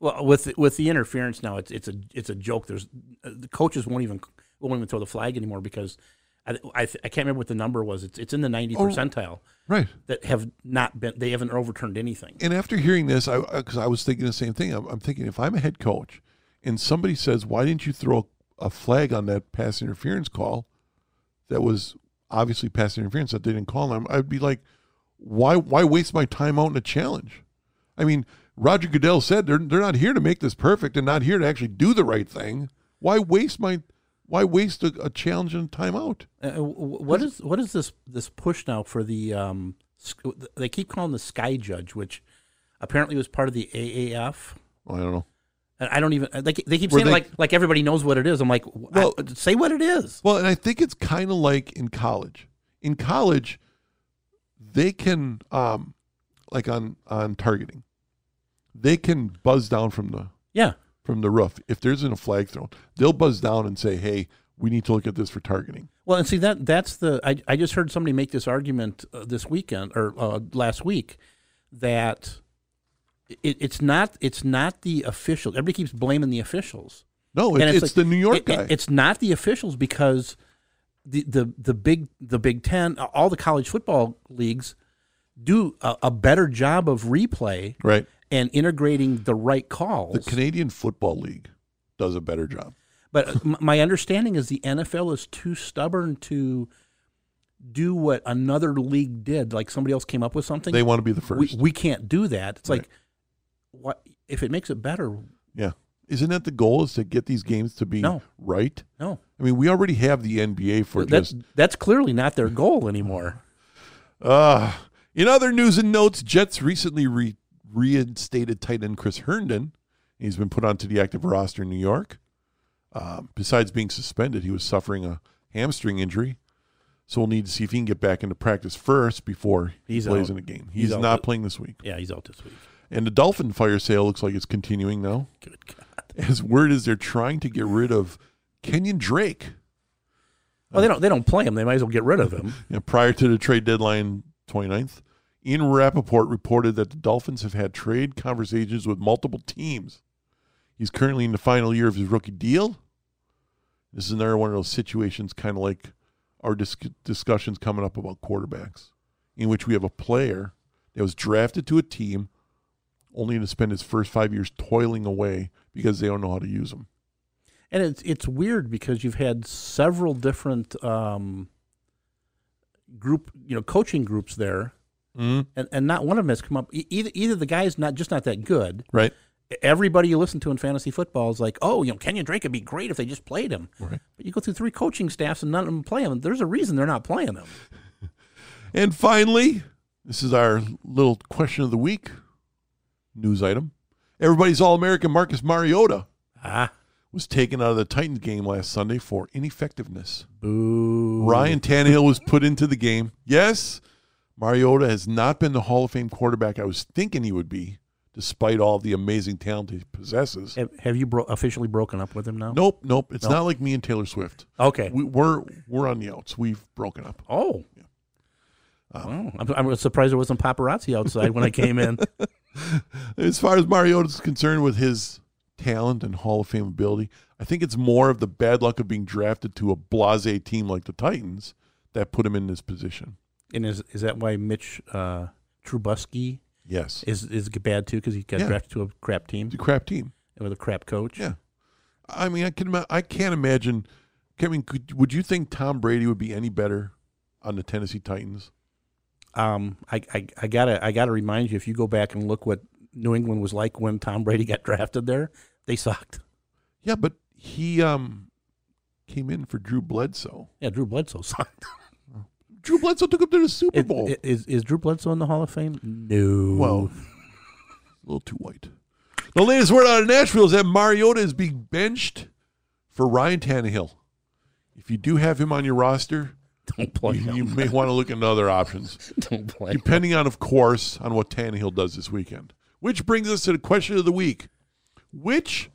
C: Well, with with the interference now, it's it's a it's a joke. There's uh, the coaches won't even won't even throw the flag anymore because I I, th- I can't remember what the number was. It's it's in the ninety percentile
B: Right.
C: that have not been they haven't overturned anything.
B: And after hearing this, I because I was thinking the same thing. I'm, I'm thinking if I'm a head coach and somebody says, "Why didn't you throw a flag on that pass interference call?" That was obviously pass interference that they didn't call him. I'd be like, "Why? Why waste my time out in a challenge?" I mean, Roger Goodell said they're they're not here to make this perfect and not here to actually do the right thing. Why waste my why waste a, a challenge and timeout?
C: Uh, w- w- what is what is this this push now for the um sc- they keep calling the sky judge which apparently was part of the AAF
B: I don't know.
C: and I don't even uh, they, ke- they keep
B: Were
C: saying
B: they-
C: like like everybody knows what it is I'm like w- I-
B: Well-
C: say what it is
B: Well, and I think it's kind of like in college. In college, they can um, like on on targeting, they can buzz down from the
C: Yeah.
B: from the roof if there isn't a flag thrown. They'll buzz down and say, "Hey, we need to look at this for targeting."
C: Well, and see that that's the I, I just heard somebody make this argument uh, this weekend or uh, last week that it, it's not it's not the officials. Everybody keeps blaming the officials.
B: No, it,
C: And
B: it's,
C: like-
B: the New York
C: it-
B: guy.
C: it- it's not the officials because the, the the big the Big Ten, all the college football leagues do a, a better job of replay
B: right.
C: and integrating the right calls.
B: The Canadian Football League does a better job.
C: But uh, m- my understanding is the NFL is too stubborn to do what another league did. Like somebody else came up with something.
B: They want to be the
C: we,
B: first.
C: we can't do that. It's
B: Right.
C: like, what if it makes it better?
B: yeah. Isn't that the goal is to get these games to be
C: No.
B: right?
C: No,
B: I mean, we already have the NBA for
C: that's
B: just
C: that's clearly not their goal anymore.
B: Uh, in other news and notes, Jets recently re- reinstated tight end Chris Herndon. He's been put onto the active roster in New York. Um, besides being suspended, he was suffering a hamstring injury. So we'll need to see if he can get back into practice first before he
C: He's
B: plays
C: out.
B: in a game.
C: He's
B: He's,
C: out.
B: not playing this week.
C: Yeah, he's out this week.
B: And the Dolphin fire sale looks like it's continuing now.
C: Good God.
B: *laughs* As word is they're trying to get rid of Kenyon Drake.
C: Well, they don't they don't play him. They might as well get rid of
B: *laughs*
C: him.
B: You know, prior to the trade deadline 29th, Ian Rappaport reported that the Dolphins have had trade conversations with multiple teams. He's currently in the final year of his rookie deal. This is another one of those situations, kind of like our dis- discussions coming up about quarterbacks, in which we have a player that was drafted to a team only to spend his first five years toiling away because they don't know how to use him.
C: And it's it's weird because you've had several different um, group, you know, coaching groups there,
B: Mm,
C: and, and not one of them has come up. E- Either either the guy's not just not that good. E,
B: right?
C: Everybody you listen to in fantasy football is like, oh, you know, Kenyon Drake would be great if they just played him.
B: Right.
C: But you go through three coaching staffs and none of them play him. There's a reason they're not playing him.
B: And finally, this is our little question of the week news item. Everybody's All American Marcus Mariota
C: Ah,
B: was taken out of the Titans game last Sunday for ineffectiveness.
C: boo.
B: Ryan Tannehill was put into the game. Yes, Mariota has not been the Hall of Fame quarterback I was thinking he would be, despite all the amazing talent he possesses.
C: Have, have you bro- officially broken up with him now?
B: Nope, nope. It's not like me and Taylor Swift.
C: Okay.
B: We, we're we're on the outs. We've broken up.
C: oh. Wow. Uh, I'm, I'm surprised there wasn't paparazzi outside when I came in.
B: As far as Mariota's concerned with his talent and Hall of Fame ability, I think it's more of the bad luck of being drafted to a blase team like the Titans that put him in this position.
C: *laughs* And is is that why Mitch uh, Trubisky
B: Yes.
C: is is bad too? Because he got
B: Yeah.
C: drafted to a crap team
B: It's a crap team.
C: with a crap coach.
B: Yeah. I mean, I can ima- I can't imagine Kevin, could, would you think Tom Brady would be any better on the Tennessee Titans?
C: Um, I, I I gotta I gotta remind you if you go back and look what New England was like when Tom Brady got drafted there, they sucked.
B: Yeah, but he um came in for Drew Bledsoe.
C: Yeah, Drew Bledsoe *laughs* sucked.
B: Drew Bledsoe took him to the Super
C: Is,
B: Bowl.
C: is is Drew Bledsoe in the Hall of Fame? No.
B: Well, a little too white. The latest word out of Nashville is that Mariota is being benched for Ryan Tannehill. If you do have him on your roster,
C: *laughs* don't play
B: you,
C: him. *laughs*
B: you may want to look into other options,
C: don't play. him.
B: depending on, of course, on what Tannehill does this weekend. Which brings us to the question of the week: Which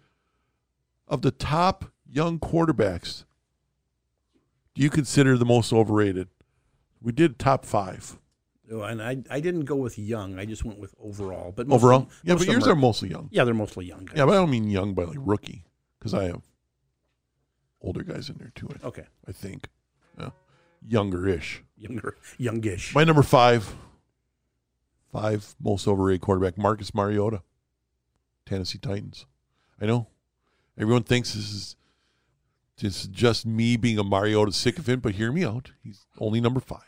B: of the top young quarterbacks do you consider the most overrated? We did top five
C: Oh, And I I didn't go with young. I just went with overall. But most of
B: overall.
C: them-
B: Yeah,
C: most
B: but
C: of
B: yours
C: them
B: are mostly young.
C: yeah they're mostly young. Guys.
B: Yeah, but I don't mean young by like rookie because I have older guys in there too. I, th-
C: Okay.
B: I think yeah. younger ish.
C: Younger, *laughs* youngish.
B: My number five, five most overrated quarterback, Marcus Mariota, Tennessee Titans. I know everyone thinks this is just just me being a Mariota sycophant, but hear me out. He's only number five.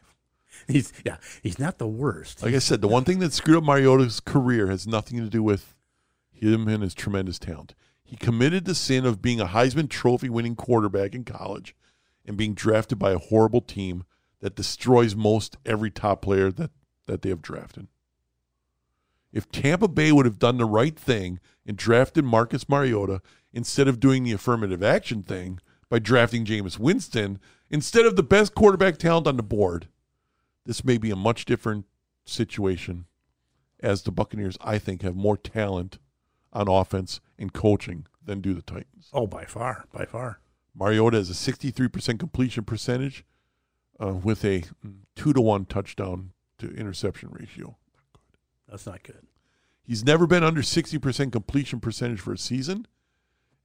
C: He's yeah. He's not the worst.
B: Like I said, the one thing that screwed up Mariota's career has nothing to do with him and his tremendous talent. He committed the sin of being a Heisman Trophy winning quarterback in college and being drafted by a horrible team that destroys most every top player that, that they have drafted. If Tampa Bay would have done the right thing and drafted Marcus Mariota instead of doing the affirmative action thing by drafting Jameis Winston, instead of the best quarterback talent on the board, this may be a much different situation as the Buccaneers, I think, have more talent on offense and coaching than do the Titans.
C: Oh, by far, by far.
B: Mariota has a 63% completion percentage uh, with a two to one touchdown to interception ratio.
C: That's not good.
B: He's never been under 60% completion percentage for a season,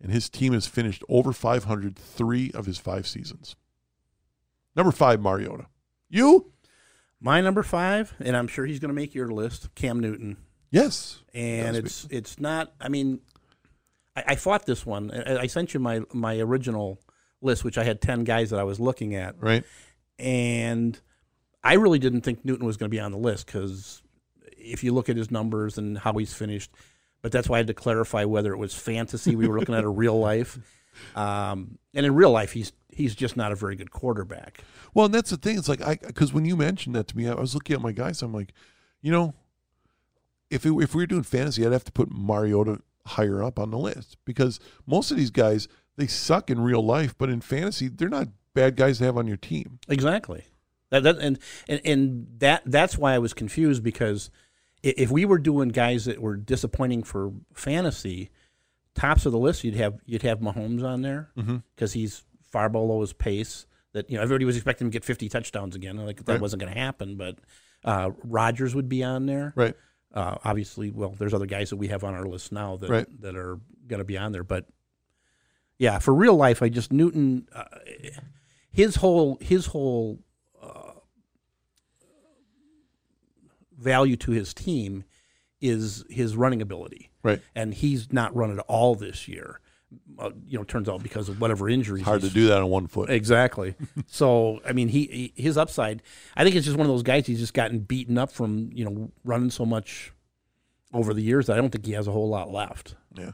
B: and his team has finished over 500 three of his five seasons. Number five, Mariota. You?
C: My number five, and I'm sure he's going to make your list, Cam Newton.
B: Yes.
C: And
B: That
C: it's
B: was
C: it's not. I mean, I, I fought this one. I, I sent you my my original list, which I had ten guys that I was looking at,
B: big, Right?
C: and I really didn't think Newton was going to be on the list because if you look at his numbers and how he's finished, but that's why I had to clarify whether it was fantasy we were looking at or real life. Um, and in real life, he's he's just not a very good quarterback.
B: Well, and that's the thing. It's like I because when you mentioned that to me, I was looking at my guys. I'm like, you know, if it, if we were doing fantasy, I'd have to put Mariota higher up on the list because most of these guys they suck in real life, but in fantasy, they're not bad guys to have on your team.
C: Exactly. That, that and, and and that that's why I was confused because i- if we were doing guys that were disappointing for fantasy, tops of the list you'd have you'd have Mahomes on there
B: Mm-hmm.
C: because he's far below his pace. That you know everybody was expecting him to get fifty touchdowns again. Like that
B: Right.
C: wasn't going to happen. But uh, Rodgers would be on there.
B: Right.
C: Uh, obviously, well, there's other guys that we have on our list now that
B: Right.
C: that are going to be on there. But yeah, for real life, I just Newton, uh, his whole his whole uh, value to his team is his running ability,
B: Right.
C: and he's not run at all this year. Uh, you know, turns out because of whatever injuries.
B: Hard to
C: he's-
B: do that on one foot.
C: Exactly. *laughs* so I mean, he, he his upside. I think it's just one of those guys. He's just gotten beaten up from you know running so much over the years that I don't think he has a whole lot left.
B: Yeah.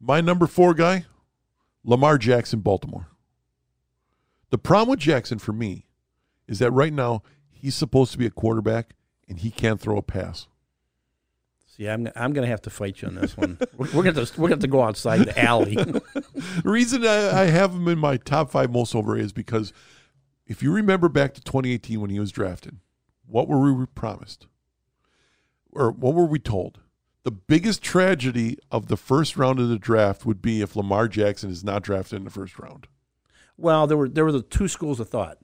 B: My number four guy, Lamar Jackson, Baltimore. The problem with Jackson for me is that right now he's supposed to be a quarterback and he can't throw a pass.
C: See, I'm I'm gonna have to fight you on this
B: *laughs*
C: one. we're, we're gonna have to, we're gonna have to go outside the alley. *laughs*
B: The reason I, I have him in my top five most over is because if you remember back to 2018 when he was drafted, what were we promised? Or what were we told? The biggest tragedy of the first round of the draft would be if Lamar Jackson is not drafted in the first round.
C: well, there were there were the two schools of thought.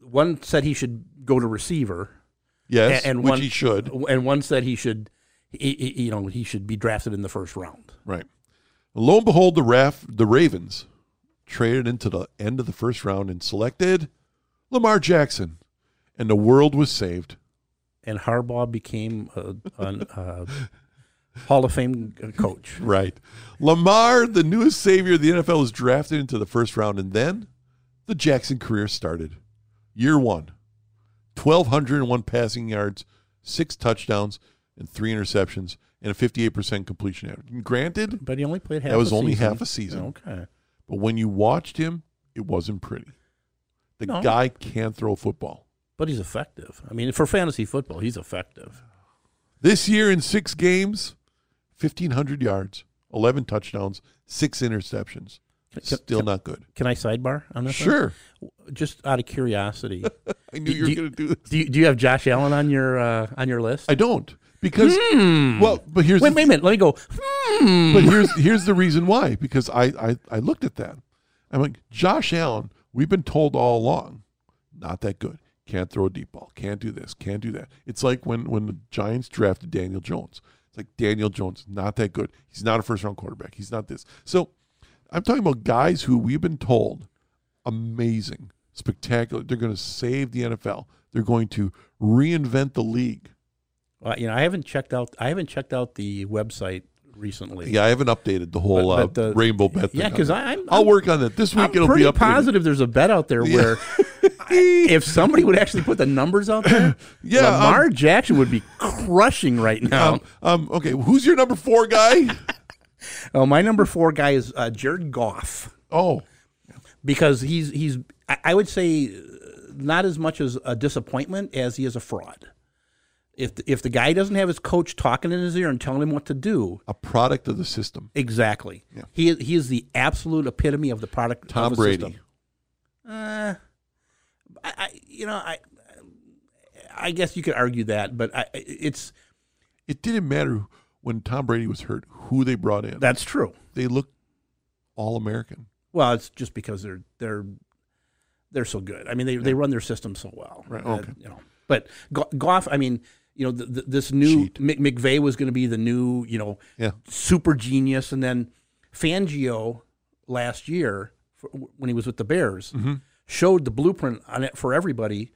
C: One said he should go to receiver,
B: Yes,
C: and, and
B: which
C: one, Oh.
B: he should.
C: and one said he should, he, he- you know, he should be drafted in the first round.
B: Right. Lo and behold, the Raf, the Ravens traded into the end of the first round and selected Lamar Jackson, and the world was saved.
C: and Harbaugh became a, an uh, Hall of Fame coach.
B: Right. Lamar, the newest savior of the NFL, was drafted into the first round, and then the Jackson career started. Year one, 1,201 passing yards, six touchdowns, and three interceptions, and a 58% completion average. And granted,
C: But he only played half.
B: That was
C: a
B: only
C: season.
B: half a season.
C: Okay.
B: but when you watched him, it wasn't pretty. The
C: No.
B: guy can't throw a football.
C: But he's effective. I mean, for fantasy football, he's effective.
B: This year in six games, 1,500 yards, 11 touchdowns, six interceptions.
C: can-
B: Still
C: can-
B: not good.
C: Can I sidebar on this? one?
B: Sure.
C: Just out of curiosity, *laughs*
B: I knew
C: Do-
B: you were
C: do-
B: going to do this.
C: do you, do you have Josh Allen on your uh, on your list?
B: I don't because well, but here's
C: Hmm. wait,
B: the-
C: wait a minute. Let me go. Hmm.
B: but here's here's the reason why because I, I I looked at that. I'm like Josh Allen. We've been told all along, not that good. Can't throw a deep ball. Can't do this. Can't do that. It's like when when the Giants drafted Daniel Jones. It's like Daniel Jones not that good. He's not a first round quarterback. He's not this. So I'm talking about guys who we've been told amazing, spectacular. They're going to save the NFL. They're going to reinvent the league.
C: Well, you know, I haven't checked out. I haven't checked out the website recently.
B: Yeah, I haven't updated the whole
C: But- but
B: uh,
C: the-
B: rainbow bet. Thing
C: yeah,
B: on
C: because
B: it.
C: I'm
B: I'll work on that this week.
C: I'm
B: it'll
C: pretty
B: be updated.
C: positive there's a bet out there where
B: *laughs*
C: I- *laughs* if somebody would actually put the numbers out there,
B: Yeah,
C: Lamar Jackson would be crushing right now.
B: Um, um, okay, who's your number four guy? *laughs*
C: oh, my number four guy is uh, Jared Goff
B: oh,
C: because he's he's I, I would say uh, not as much as a disappointment as he is a fraud. If the, if the guy doesn't have his coach talking in his ear and telling him what to do,
B: a product of the system.
C: exactly, he is, he is the absolute epitome of the product.
B: Tom
C: of a
B: Brady.
C: system. Uh, I, I you know I I guess you could argue that, but I, it's
B: It didn't matter when Tom Brady was hurt who they brought in.
C: That's true.
B: they looked all American.
C: Well, it's just because they're they're they're so good. I mean, they, they run their system so well.
B: Right,
C: that,
B: okay.
C: you know, but Go- Goff, I mean, you know, th th this new
B: Cheat.
C: Mc- McVay was going to be the new, you know,
B: Yeah.
C: super genius, and then Fangio last year for, when he was with the Bears
B: Mm-hmm.
C: showed the blueprint on it for everybody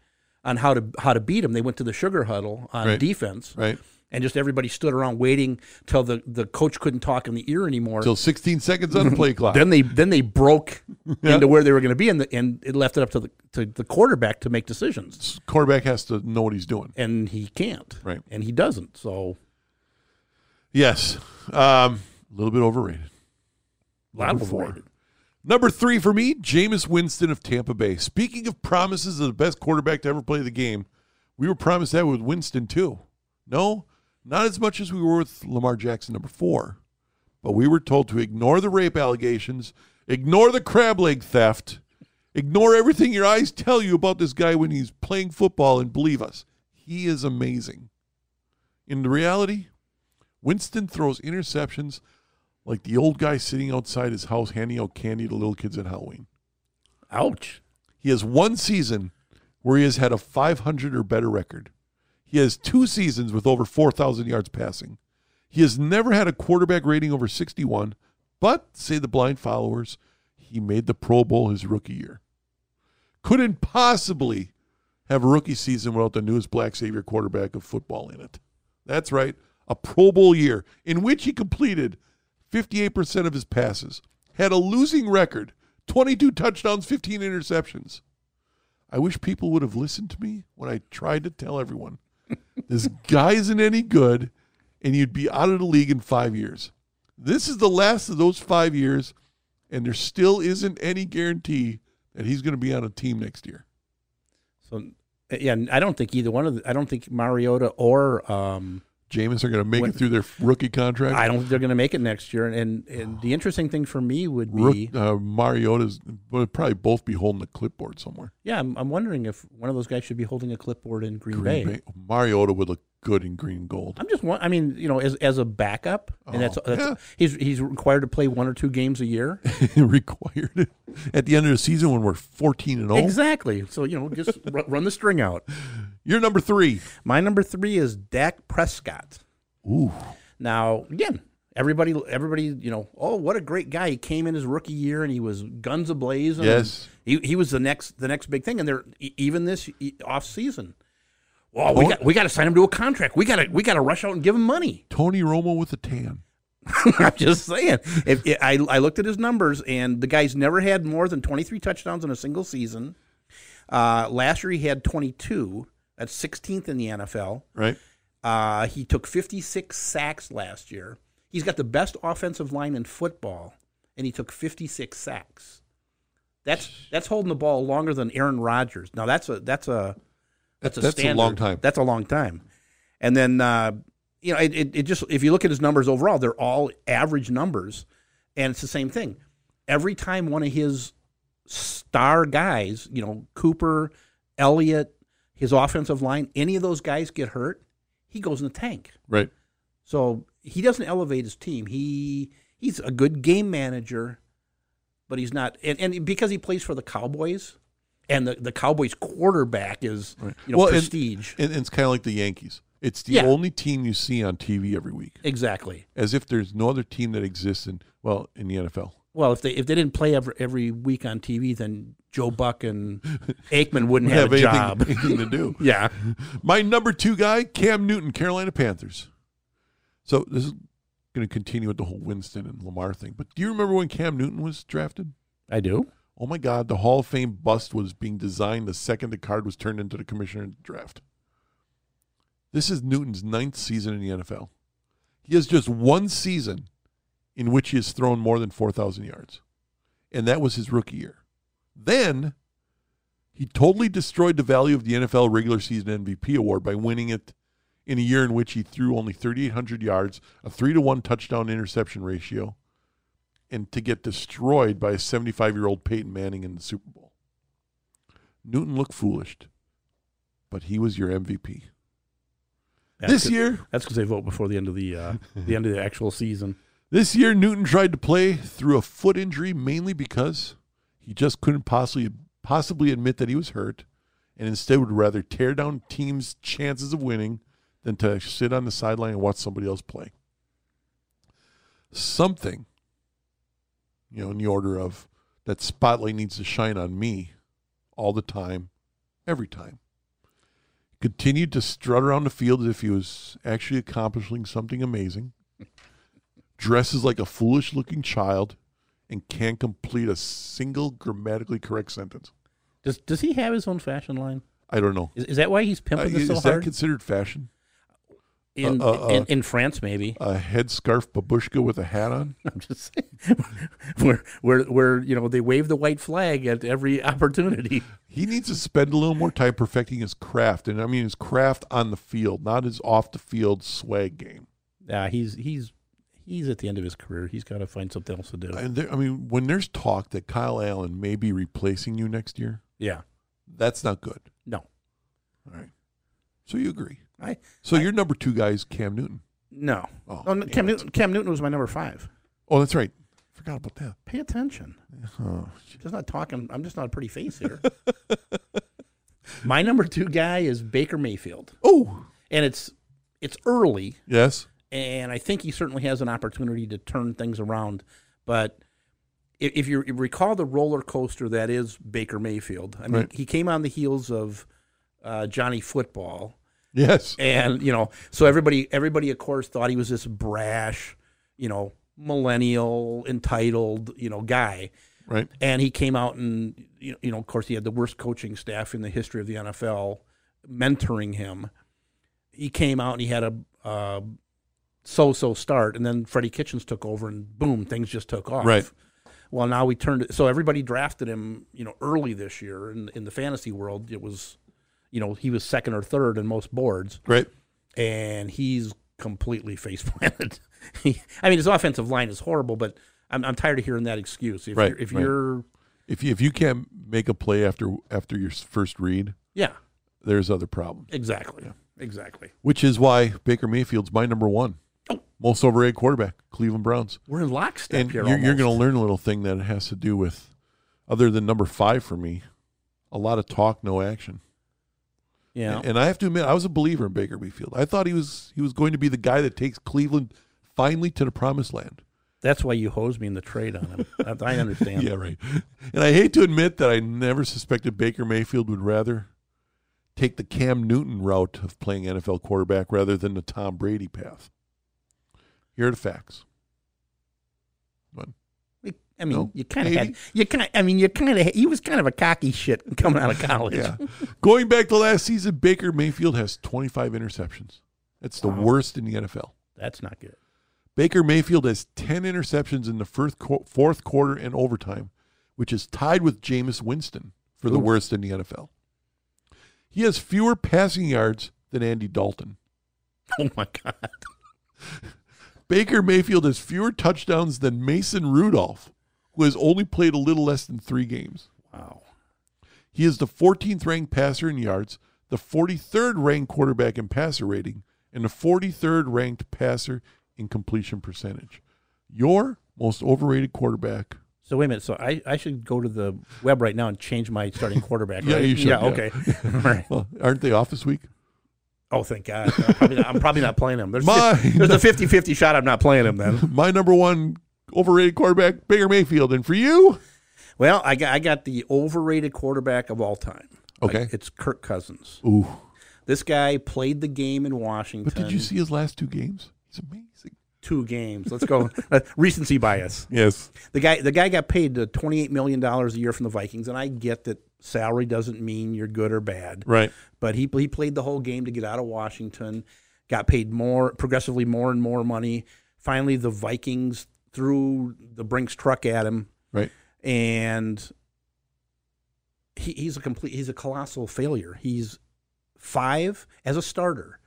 C: on how to how to beat him. They went to the sugar huddle on
B: Right.
C: defense,
B: Right.
C: and just everybody stood around waiting till the the coach couldn't talk in the ear anymore.
B: Till 16 seconds
C: *laughs*
B: on the play clock.
C: Then they then they broke into where they were going to be, and the, and it left it up to the to the quarterback to make decisions,
B: quarterback has to know what he's doing.
C: and he can't,
B: Right.
C: And he doesn't. So
B: Yes. Um, a little bit overrated.
C: a lot of
B: four.
C: overrated.
B: Number three for me, Jameis Winston of Tampa Bay. Speaking of promises of the best quarterback to ever play the game, we were promised that with Winston too. No, not as much as we were with Lamar Jackson, number four. But we were told to ignore the rape allegations, ignore the crab leg theft, ignore everything your eyes tell you about this guy when he's playing football, and believe us, he is amazing. In the reality, Winston throws interceptions like the old guy sitting outside his house handing out candy to little kids at Halloween.
C: Ouch!
B: He has one season where he has had a 500 or better record. He has two seasons with over 4,000 yards passing. He has never had a quarterback rating over 61, but say the blind followers, he made the Pro Bowl his rookie year. Couldn't possibly have a rookie season without the newest black savior quarterback of football in it. That's right, a Pro Bowl year in which he completed 58% of his passes, had a losing record, 22 touchdowns, 15 interceptions. I wish people would have listened to me when I tried to tell everyone *laughs* this guy isn't any good and you'd be out of the league in five years. This is the last of those five years, and there still isn't any guarantee that he's going to be on a team next year.
C: So yeah, and I don't think either one of the, I don't think Mariota or um,
B: Jameis are going to make
C: When-
B: it through their rookie contract.
C: I don't think they're going to make it next year. And and the interesting thing for me would be,
B: Rook, uh, Mariota's would probably both be holding the clipboard somewhere.
C: yeah, I'm, I'm wondering if one of those guys should be holding a clipboard in Green, Bay.
B: Green Bay. Mariota would look good in green and gold. *laughs*
C: I'm just one. I mean, you know, as as a backup, and that's,
B: Oh,
C: that's he's he's required to play one or two games a year.
B: Required it at the end of the season when we're 14 and oh, 0.
C: Exactly. So you know, just ru- run the string out.
B: You're number three.
C: My number three is Dak Prescott.
B: Ooh,
C: Now, again, everybody, everybody, you know, oh, what a great guy! He came in his rookie year and he was guns ablaze. and
B: Yes.
C: he, he was the next the next big thing, and they're e- even this e- off season. Well, we
B: Oh.
C: got we got to sign him to a contract. We got to we got to rush out and give him money.
B: Tony Romo with a tan.
C: *laughs* I'm just saying. If, if- I I looked at his numbers, and the guy's never had more than 23 touchdowns in a single season. Uh, last year he had 22. That's 16th in the NFL.
B: Right.
C: Uh, he took 56 sacks last year. He's got the best offensive line in football, and he took 56 sacks. That's that's holding the ball longer than Aaron Rodgers. Now that's a that's a that's a
B: That's a
C: standard.
B: long time.
C: That's a long time. And then uh, you know it, it, it just if you look at his numbers overall, they're all average numbers, and it's the same thing. Every time one of his star guys, you know Cooper, Elliott, his offensive line, any of those guys get hurt, he goes in the tank.
B: Right.
C: So he doesn't elevate his team. He he's a good game manager, but he's not. And, and because he plays for the Cowboys, and the, the Cowboys quarterback is you know
B: Well, and-
C: prestige.
B: And, and it's kind of like the Yankees. It's the
C: Yeah.
B: only team you see on TV every week,
C: exactly.
B: as if there's no other team that exists in well in the NFL.
C: Well, if they if they didn't play every every week on TV, then Joe Buck and
B: *laughs*
C: Aikman wouldn't have, a
B: anything,
C: job.
B: anything to do.
C: *laughs* yeah.
B: My number two guy, Cam Newton, Carolina Panthers. So this is going to continue with the whole Winston and Lamar thing. But do you remember when Cam Newton was drafted?
C: I do.
B: Oh my God, the Hall of Fame bust was being designed the second the card was turned into the commissioner draft. This is Newton's ninth season in the NFL. He has just one season in which he has thrown more than 4,000 yards, and that was his rookie year. Then he totally destroyed the value of the NFL regular season MVP award by winning it in a year in which he threw only 3,800 yards, a 3 to 1 touchdown interception ratio, and to get destroyed by a 75 year old Peyton Manning in the Super Bowl. Newton looked foolish, but he was your MVP. This year,
C: That's because they vote before the end of the uh, the end of the actual season.
B: This year, Newton tried to play through a foot injury mainly because he just couldn't possibly possibly admit that he was hurt, and instead would rather tear down teams' chances of winning than to sit on the sideline and watch somebody else play. Something, you know, in the order of that spotlight needs to shine on me all the time, every time. Continued to strut around the field as if he was actually accomplishing something amazing dresses like a foolish looking child and can't complete a single grammatically correct sentence.
C: Does does he have his own fashion line?
B: I don't know.
C: Is, is that why he's
B: Uh,
C: pimping
B: is
C: this so
B: that
C: hard
B: considered fashion?
C: in,
B: uh, uh,
C: in in France? Maybe
B: A headscarf babushka with a hat on?
C: *laughs* I'm just saying where where where you know they wave the white flag at every *laughs* opportunity.
B: He needs to spend a little more time perfecting his craft, and I mean his craft on the field, not his off the field swag game.
C: Yeah, he's he's he's at the end of his career. He's got to find something else to do.
B: And there, I mean, when there's talk that Kyle Allen may be replacing you next year,
C: yeah,
B: that's not good.
C: no,
B: All right. So you agree.
C: I
B: So your number two guy is Cam Newton.
C: no.
B: Oh,
C: Oh, no,
B: damn
C: Cam
B: it.
C: Newton, Cam Newton was my number five.
B: Oh, that's right. Forgot about that.
C: Pay attention.
B: Oh,
C: Just not talking. I'm just not a pretty face here. *laughs* my number two guy is Baker Mayfield,
B: Oh,
C: and it's it's early.
B: yes.
C: and I think he certainly has an opportunity to turn things around. But if, if you recall the roller coaster that is Baker Mayfield, I mean,
B: Right.
C: he came on the heels of uh, Johnny Football,
B: Yes.
C: and you know, so everybody, everybody, of course, thought he was this brash, you know, millennial, entitled, you know, guy.
B: Right.
C: And he came out and you know, you know, of course, he had the worst coaching staff in the history of the NFL mentoring him. He came out and he had a uh, so-so start, and then Freddie Kitchens took over, and boom, things just took off.
B: Right.
C: Well, now we turned it. So everybody drafted him, you know, early this year in in the fantasy world. It was, you know, he was second or third in most boards
B: Right.
C: and he's completely face planted. *laughs* He- I mean, his offensive line is horrible, but I'm, I'm tired of hearing that excuse. If
B: Right,
C: you're, if
B: right.
C: you're,
B: If you, if you can't make a play after after your first read,
C: yeah,
B: there's other problems.
C: exactly, exactly.
B: Which is why Baker Mayfield's my number one
C: Oh.
B: most overrated quarterback, Cleveland Browns.
C: We're in lockstep
B: And
C: here.
B: you're, you're going
C: almost.
B: to learn a little thing that it has to do with, other than number five for me, a lot of talk, no action.
C: yeah,
B: And I have to admit, I was a believer in Baker Mayfield. I thought he was he was going to be the guy that takes Cleveland finally to the promised land.
C: that's why you hosed me in the trade on
B: *laughs*
C: him. I, I understand.
B: Yeah, right. And I hate to admit that I never suspected Baker Mayfield would rather take the Cam Newton route of playing NFL quarterback rather than the Tom Brady path. Here are the facts. One.
C: I mean,
B: No.
C: you kind of had, you kind, I mean, you kind of, he was kind of a cocky shit *laughs* coming out of college. *laughs*
B: Yeah. Going back to last season, Baker Mayfield has 25 interceptions. That's the worst in the NFL.
C: That's not good. *laughs*
B: Baker Mayfield has 10 interceptions in the first qu- fourth quarter and overtime, which is tied with Jameis Winston for the
C: Ooh.
B: worst in the NFL. He has fewer passing yards than Andy Dalton.
C: Oh my god.
B: Baker Mayfield has fewer touchdowns than Mason Rudolph, who has only played a little less than three games.
C: Wow.
B: He is the 14th ranked passer in yards, the 43rd ranked quarterback in passer rating, and the 43rd ranked passer in completion percentage. Your most overrated quarterback
C: So wait a minute. So I, I should go to the web right now and change my starting quarterback.
B: *laughs* Yeah,
C: right?
B: you should,
C: Yeah.
B: yeah.
C: Okay.
B: *laughs*
C: *laughs* All right.
B: Well, aren't they off this week?
C: Oh, thank God. I'm probably not, I'm probably not playing him. There's,
B: My- *laughs*
C: there's a 50 50 shot I'm not playing him then.
B: My number one overrated quarterback, Baker Mayfield. And for you,
C: Well, I got, I got the overrated quarterback of all time.
B: Okay.
C: It's Kirk Cousins.
B: ooh.
C: This guy played the game in Washington.
B: But did you see his last two games? He's amazing.
C: two games? Let's go. *laughs* Uh, recency bias.
B: Yes.
C: The guy, the guy got paid uh, $28 million a year from the Vikings, and I get that salary doesn't mean you're good or bad.
B: Right.
C: but he he played the whole game to get out of Washington, got paid more progressively more and more money. Finally, the Vikings threw the Brinks truck at him,
B: Right.
C: and he, he's a complete he's a colossal failure. He's five as a starter.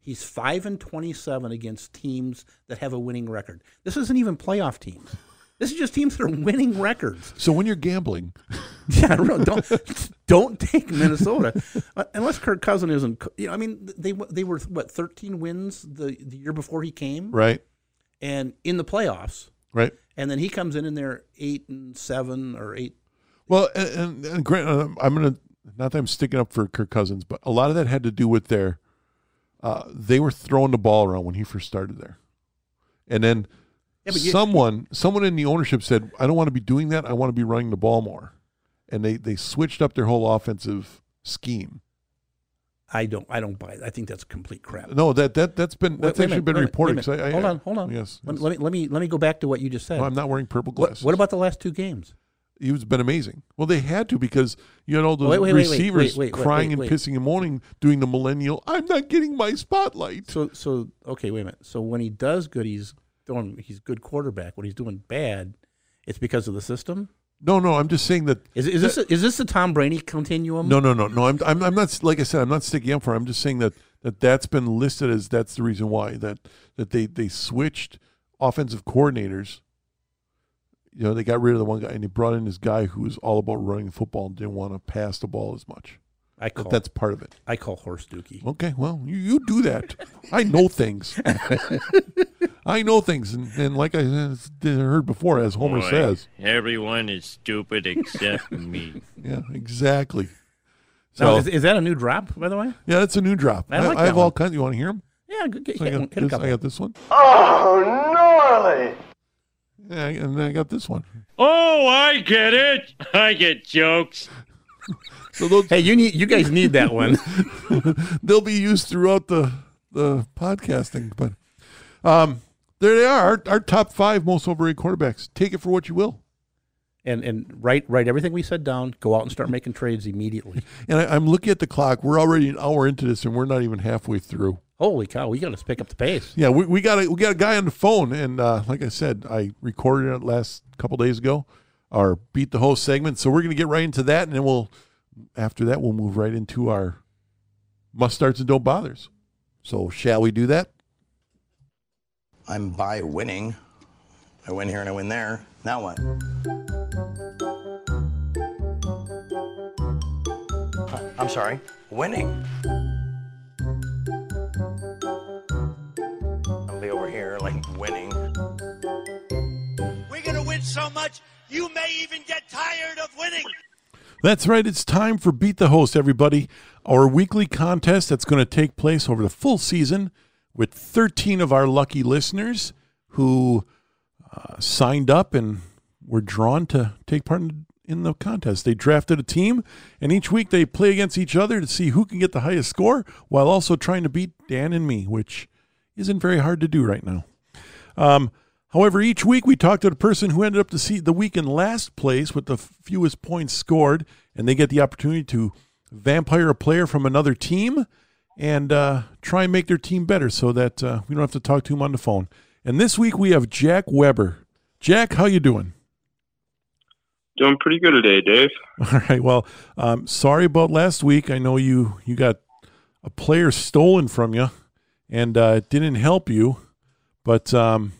C: He's five and twenty-seven against teams that have a winning record. This isn't even playoff teams. This is just teams that are winning records.
B: So when you're gambling,
C: Yeah, really, don't don't take Minnesota Uh, unless Kirk Cousin isn't. co- You know, I mean, they they were what thirteen wins the, the year before he came,
B: Right.
C: and in the playoffs,
B: Right.
C: and then he comes in and they're eight and seven or eight.
B: Well, and, and, and Grant, uh, I'm gonna not that I'm sticking up for Kirk Cousins, but a lot of that had to do with their uh, they were throwing the ball around when he first started there, and then
C: Yeah, but you-
B: someone someone in the ownership said, "I don't want to be doing that. I want to be running the ball more," and they they switched up their whole offensive scheme.
C: I don't I don't buy. It. I think that's complete crap.
B: No, that that that's been
C: Wait-
B: that's
C: wait a
B: actually
C: minute,
B: been
C: wait a
B: reported.
C: minute,
B: 'cause
C: wait a
B: I- I-
C: minute. hold on, hold on.
B: Yes,
C: Let,
B: yes.
C: let me let me let me go back to what you just said.
B: No, I'm not wearing purple
C: what,
B: glasses.
C: what about the last two games?
B: he was been amazing. Well, they had to because you had all those
C: Wait, wait, wait, wait,
B: receivers
C: wait, wait, wait,
B: crying
C: wait,
B: and
C: wait.
B: pissing and moaning, doing the millennial. I'm not getting my spotlight.
C: So so okay, wait a minute. So when he does good, he's doing he's good quarterback. When he's doing bad, it's because of the system.
B: No, no, I'm just saying that.
C: Is is this is this the Tom Brady continuum?
B: No, no, no, no. I'm, I'm, I'm not like I said. I'm not sticking up for. It. I'm just saying that that that's been listed as that's the reason why that that they they switched offensive coordinators. You know, they got rid of the one guy and they brought in this guy who was all about running the football and didn't want to pass the ball as much.
C: I
B: That
C: call
B: that's part of it.
C: I call horse dookie.
B: Okay, well, you, you do that. I know
C: *laughs*
B: things. I know things, and, and like I s- heard before, as Homer
D: Boy,
B: says,
D: Everyone is stupid except me. *laughs*
B: yeah, exactly. So
C: Now, is, is that a new drop, by the way?
B: yeah, that's a new drop.
C: I like
B: I have
C: that
B: all
C: one.
B: kinds. You want to hear them?
C: Yeah, g- g-
B: So I,
C: hit, one-
B: got
C: hit a
B: this, I
C: couple.
B: got this one. Oh, gnarly. And then I got this one.
D: oh, I get it. I get jokes.
B: So those,
C: Hey, you need you guys need that one. *laughs*
B: they'll be used throughout the the podcasting. But um, there they are. Our, our top five most overrated quarterbacks. Take it for what you will.
C: and and write write everything we said down. Go out and start making trades immediately.
B: And I, I'm looking at the clock. We're already an hour into this, and we're not even halfway through.
C: Holy cow, we got to pick up the pace.
B: Yeah, we, we got a we got a guy on the phone, and uh, like I said, I recorded it last couple days ago, our beat the host segment. So we're gonna get right into that, and then we'll after that we'll move right into our must starts and don't bothers. So shall we do that?
E: I'm by winning. I win here and I win there. Now what? Uh, I'm sorry. Winning. I'll be over here like winning.
F: We're going to win so much, you may even get tired of winning.
B: That's right. It's time for Beat the Host, everybody. Our weekly contest that's going to take place over the full season with 13 of our lucky listeners who uh, signed up and were drawn to take part in, in the contest. They drafted a team, and each week they play against each other to see who can get the highest score while also trying to beat Dan and me, which isn't very hard to do right now. Um, however, each week we talk to the person who ended up to see the week in last place with the fewest points scored, and they get the opportunity to vampire a player from another team and uh, try and make their team better so that uh, we don't have to talk to him on the phone. And this week we have Jack Weber. Jack, how you doing?
G: Doing pretty good today, Dave.
B: *laughs* All right. Well, um, sorry about last week. I know you you got a player stolen from you, and uh, it didn't help you. But um,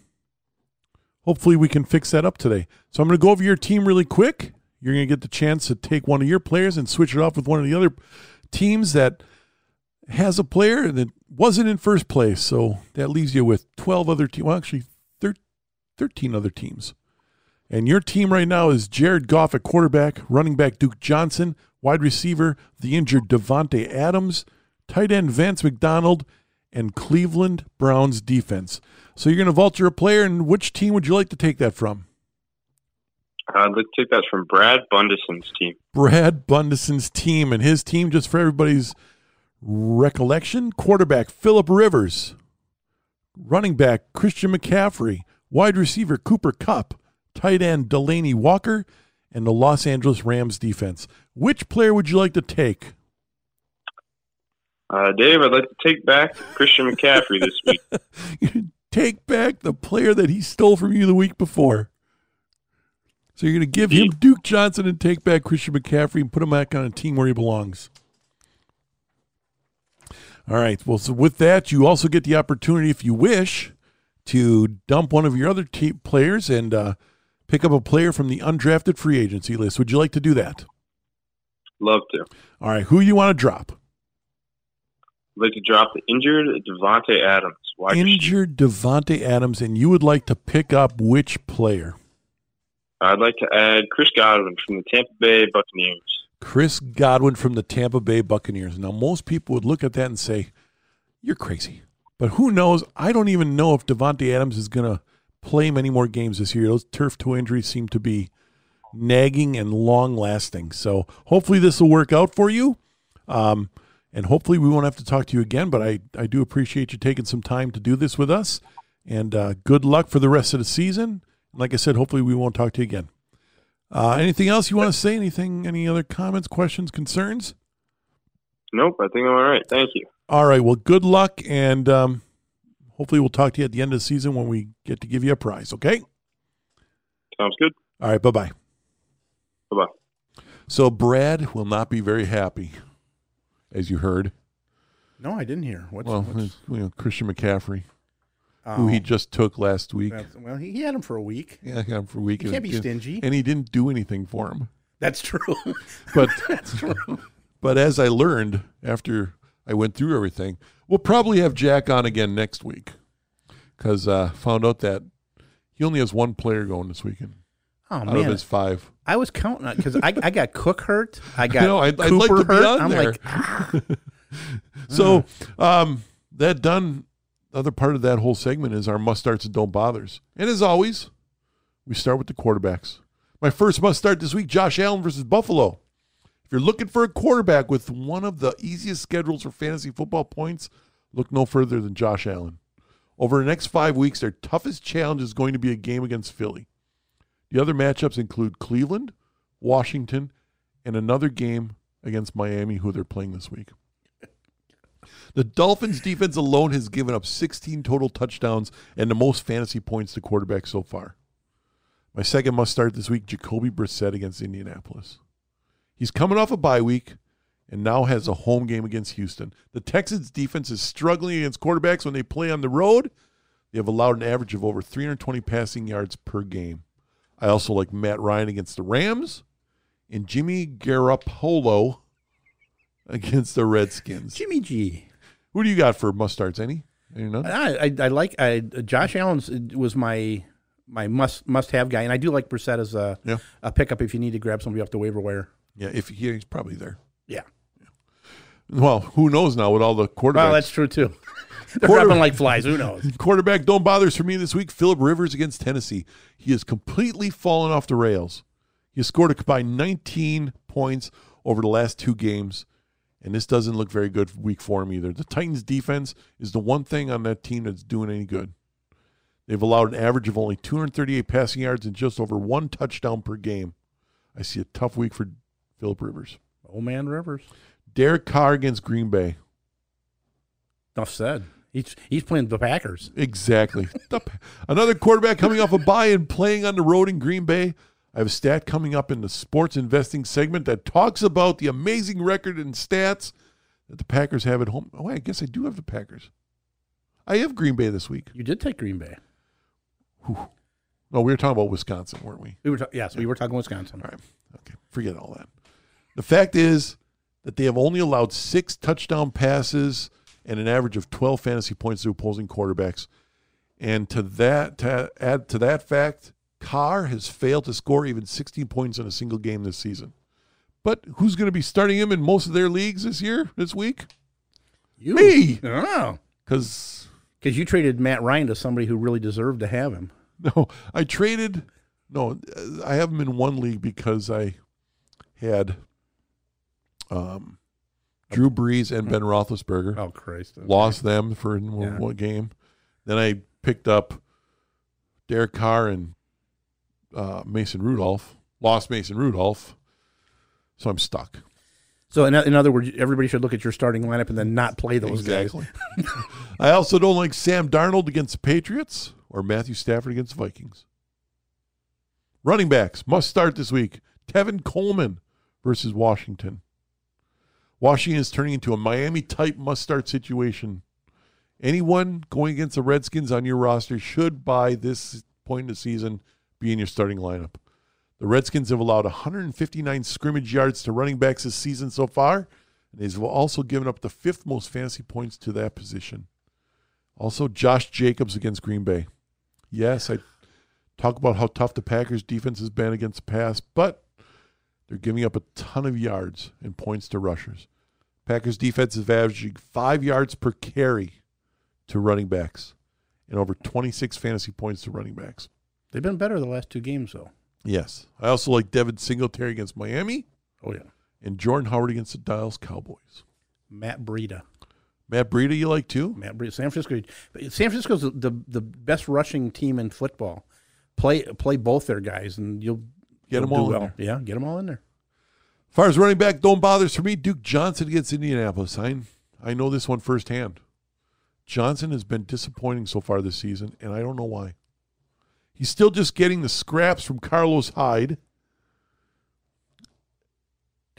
B: hopefully, we can fix that up today. So I'm going to go over your team really quick. You're going to get the chance to take one of your players and switch it off with one of the other teams that has a player that wasn't in first place. So that leaves you with 12 other teams. Well, actually, thir- 13 other teams. And your team right now is Jared Goff at quarterback, running back Duke Johnson, wide receiver, the injured Devontae Adams, tight end Vance McDonald, and Cleveland Browns defense. So you're going to vulture a player, and which team would you like to take that from?
G: I'd like to take that from Brad Bundeson's team.
B: Brad Bundeson's team and his team, just for everybody's recollection. Quarterback Philip Rivers, running back Christian McCaffrey, wide receiver Cooper Cup, tight end Delaney Walker, and the Los Angeles Rams defense. Which player would you like to take?
G: Uh, Dave, I'd like to take back Christian McCaffrey this week.
B: take back the player that he stole from you the week before. So you're going to give him Duke Johnson and take back Christian McCaffrey and put him back on a team where he belongs. All right. Well, so with that, you also get the opportunity, if you wish, to dump one of your other te- players and uh, pick up a player from the undrafted free agency list. Would you like to do that?
G: Love to. I'd
B: All right, who you want to drop?
G: like to drop the injured Devonte Adams. Wide receiver.
B: Injured Devonte Adams, and you would like to pick up which player?
G: I'd like to add Chris Godwin from the Tampa Bay Buccaneers.
B: Chris Godwin from the Tampa Bay Buccaneers. Now, most people would look at that and say, "You're crazy," but who knows? I don't even know if Devonte Adams is going to play many more games this year. Those turf toe injuries seem to be nagging and long lasting. So, hopefully, this will work out for you. Um, and hopefully we won't have to talk to you again. But I, I do appreciate you taking some time to do this with us, and uh, good luck for the rest of the season. And like I said, hopefully we won't talk to you again. Uh, anything else you want to say? Anything? Any other comments, questions, concerns?
G: Nope, I think I'm all right. Thank you.
B: All right. Well, good luck, and um, hopefully we'll talk to you at the end of the season when we get to give you a prize. Okay.
G: Sounds good.
B: All right. Bye bye.
G: Bye bye.
B: So Brad will not be very happy, as you heard.
C: No, I didn't hear. What's,
B: Well,
C: what's Oh.
B: you know, Christian McCaffrey, who he just took last week.
C: that's- well, he, he had him for a week. *laughs*
B: Yeah, I got him for a week.
C: You
B: and
C: can't
B: it
C: be
B: didn't-
C: stingy.
B: And he didn't do anything for him.
C: That's true. *laughs* Oh,
B: But
C: That's true.
B: but as I learned after I went through everything, we'll probably have Jack on again next week because uh, found out that he only has one player going this weekend
C: Oh
B: out of
C: man,
B: his five.
C: I was counting on because I, I got Cook hurt.
B: *laughs*
C: I got
B: know, I'd- I'd like
C: Cooper
B: to be
C: hurt.
B: on
C: I'm
B: there.
C: like, ah,
B: So um, that done. The other part of that whole segment is our must starts and don't bothers. And as always, we start with the quarterbacks. My first must start this week: Josh Allen versus Buffalo. If you're looking for a quarterback with one of the easiest schedules for fantasy football points, look no further than Josh Allen. Over the next five weeks, their toughest challenge is going to be a game against Philly. The other matchups include Cleveland, Washington, and another game against Miami, who they're playing this week. The Dolphins defense alone has given up 16 total touchdowns and the most fantasy points to quarterbacks so far. My second must start this week, Jacoby Brissett against Indianapolis. He's coming off a bye week and now has a home game against Houston. The Texans defense is struggling against quarterbacks when they play on the road. They have allowed an average of over 320 passing yards per game. I also like Matt Ryan against the Rams and Jimmy Garoppolo against the Redskins.
C: Jimmy G.
B: Who do you got for must starts? Any? Any none?
C: I, I, I like I, Josh Allen's was my my must must have guy, and I do like Brissett as a
B: Yeah.
C: a pickup if you need to grab somebody off the waiver wire.
B: Yeah, if he, he's probably there.
C: Yeah,
B: Well, who knows now with all the quarterbacks?
C: well, that's true too. *laughs* They're
B: Quarter-
C: dropping like flies. Who knows?
B: quarterback don't bothers for me this week. Philip Rivers against Tennessee. He has completely fallen off the rails. He has scored a combined 19 points over the last two games, and this doesn't look very good week for him either. The Titans' defense is the one thing on that team that's doing any good. They've allowed an average of only 238 passing yards and just over one touchdown per game. I see a tough week for Philip Rivers.
C: Old man Rivers.
B: Derek Carr against Green Bay.
C: Enough said. He's he's playing the Packers.
B: Exactly. The Pa- Another quarterback coming off a bye and playing on the road in Green Bay. I have a stat coming up in the sports investing segment that talks about the amazing record and stats that the Packers have at home. Oh, I guess I do have the Packers. I have Green Bay this week.
C: You did take Green Bay.
B: No, we were talking about Wisconsin, weren't we?
C: We were ta- yes, we were talking Wisconsin.
B: All right. Okay. Forget all that. The fact is that they have only allowed six touchdown passes and an average of 12 fantasy points to opposing quarterbacks. And to that, to add to that fact, Carr has failed to score even 16 points in a single game this season. But who's going to be starting him in most of their leagues this year, this week?
C: You
B: Me!
C: Oh,
B: Because,
C: because you traded Matt Ryan to somebody who really deserved to have him.
B: *laughs* no, I traded, no, I have him in one league because I had um, Drew Brees and Ben Roethlisberger.
C: Hmm. Oh Christ!
B: lost them for in one
C: Yeah.
B: one game. Then I picked up Derek Carr and uh, Mason Rudolph. Lost Mason Rudolph, so I'm stuck.
C: So in, in other words, everybody should look at your starting lineup and then not play those guys.
B: *laughs* I also don't like Sam Darnold against the Patriots or Matthew Stafford against the Vikings. Running backs must start this week. Tevin Coleman versus Washington. Washington is turning into a Miami type must start situation. Anyone going against the Redskins on your roster should, by this point in the season, be in your starting lineup. The Redskins have allowed 159 scrimmage yards to running backs this season so far, and they've also given up the fifth most fantasy points to that position. Also, Josh Jacobs against Green Bay. Yes, I talk about how tough the Packers defense has been against the pass, but they're giving up a ton of yards and points to rushers. Packers defense is averaging five yards per carry to running backs and over 26 fantasy points to running backs.
C: They've been better the last two games, though.
B: Yes. I also like Devin Singletary against Miami
C: Oh, yeah.
B: and Jordan Howard against the Dallas Cowboys.
C: Matt Breida.
B: Matt Breida, you like too?
C: Matt Breida. San Francisco. San Francisco's the, the, the best rushing team in football. Play play both their guys, and you'll
B: Get
C: you'll
B: 'em
C: do
B: all in there.
C: Yeah, get them all in there.
B: As far as running back, don't bothers for me. Duke Johnson against Indianapolis. I, I know this one firsthand. Johnson has been disappointing so far this season, and I don't know why. He's still just getting the scraps from Carlos Hyde.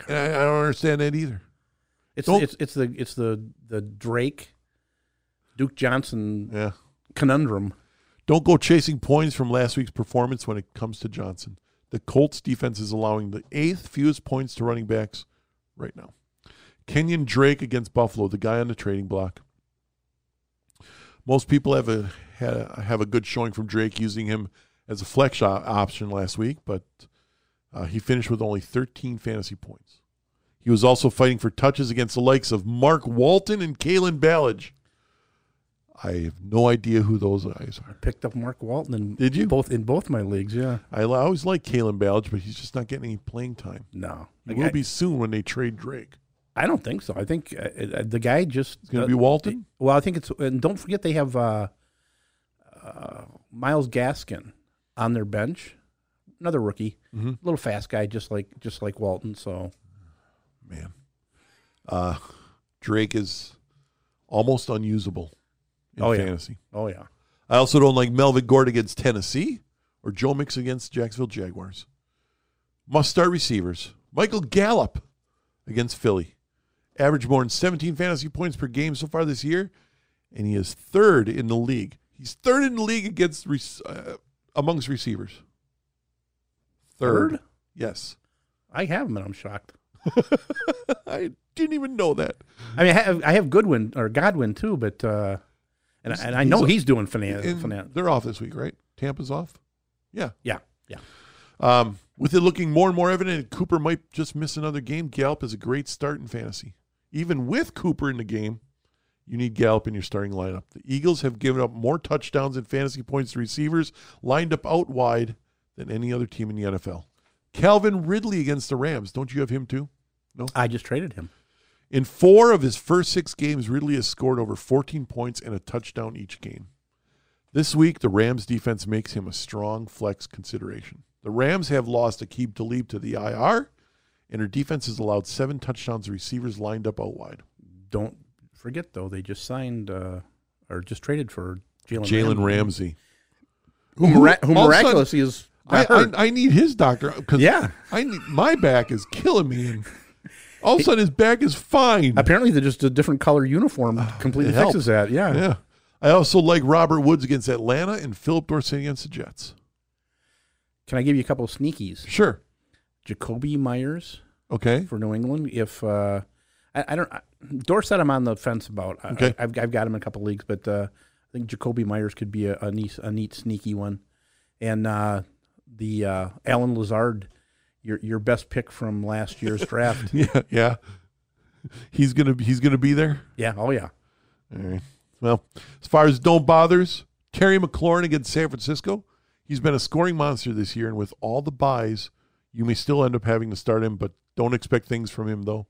B: And I, I don't understand that either.
C: It's
B: Don't-
C: it's it's the it's the the Drake, Duke Johnson
B: Yeah.
C: conundrum.
B: Don't go chasing points from last week's performance when it comes to Johnson. The Colts defense is allowing the eighth fewest points to running backs right now. Kenyon Drake against Buffalo, the guy on the trading block. Most people have a ha- have a good showing from Drake using him as a flex o- option last week, but uh, he finished with only 13 fantasy points. He was also fighting for touches against the likes of Mark Walton and Kalen Ballage. I have no idea who those guys are.
C: Picked up Mark Walton. And
B: Did you?
C: both in both my leagues? Yeah.
B: I li- I always like Kalen Ballage, but he's just not getting any playing time.
C: No,
B: He
C: Like,
B: will
C: I,
B: be soon when they trade Drake.
C: I don't think so. I think uh, uh, the guy just uh,
B: It's going to be Walton.
C: Well, I think it's and don't forget they have uh, uh, Miles Gaskin on their bench, another rookie,
B: Mm-hmm.
C: little fast guy, just like just like Walton. So
B: Man, uh, Drake is almost unusable in
C: Oh, yeah.
B: fantasy.
C: oh yeah,
B: I also don't like Melvin Gordon against Tennessee or Joe Mix against Jacksonville Jaguars. Must start receivers. Michael Gallup against Philly. Average more than 17 fantasy points per game so far this year, and he is third in the league. He's third in the league against rec- uh, amongst receivers.
C: Third?
B: Yes.
C: I have him and I'm shocked.
B: I didn't even know that.
C: I mean, I have, I have Goodwin or Godwin too, but uh, and I, and I know
B: he's a-
C: he's doing finance.
B: And
C: finance.
B: they're off this week, right? Tampa's off? Yeah.
C: Yeah, yeah.
B: Um, with it looking more and more evident, that Cooper might just miss another game. Gallup is a great start in fantasy. Even with Cooper in the game, you need Gallup in your starting lineup. The Eagles have given up more touchdowns and fantasy points to receivers lined up out wide than any other team in the NFL. Calvin Ridley against the Rams. Don't you have him too?
C: I just traded him.
B: In four of his first six games, Ridley has scored over 14 points and a touchdown each game. This week, the Rams defense makes him a strong flex consideration. The Rams have lost Akib Talib to the IR, and her defense has allowed seven touchdowns to receivers lined up out wide.
C: Don't forget though, they just signed uh, or just traded for Jalen
B: Jalen Ramsey.
C: who, mira- who
B: all of a sudden-
C: miraculously is
B: I,
C: hurt.
B: I, I need his doctor because
C: Yeah.
B: I need, my back is killing me. And all of a sudden, his back is fine.
C: Apparently, they're just a different color uniform completely
B: Hmm. Oh, it helped.
C: fixes that. Yeah.
B: Yeah. I also like Robert Woods against Atlanta and Philip Dorsett against the Jets.
C: Can I give you a couple of sneakies?
B: Sure.
C: Jacoby Myers
B: Okay.
C: for New England. If uh, I, I don't, I, Dorset, I'm on the fence about. I-
B: Okay.
C: I, have I've got him in a couple of leagues, but uh, I think Jacoby Myers could be a, a, neat, a neat, sneaky one. And uh, the uh, Alan Lazard, your your best pick from last
B: *laughs*
C: year's draft.
B: Yeah, yeah. He's gonna be- he's gonna be there.
C: yeah. Oh yeah.
B: All right. Well, as far as don't bothers, Terry McLaurin against San Francisco. He's been a scoring monster this year, and with all the buys, you may still end up having to start him, but don't expect things from him though.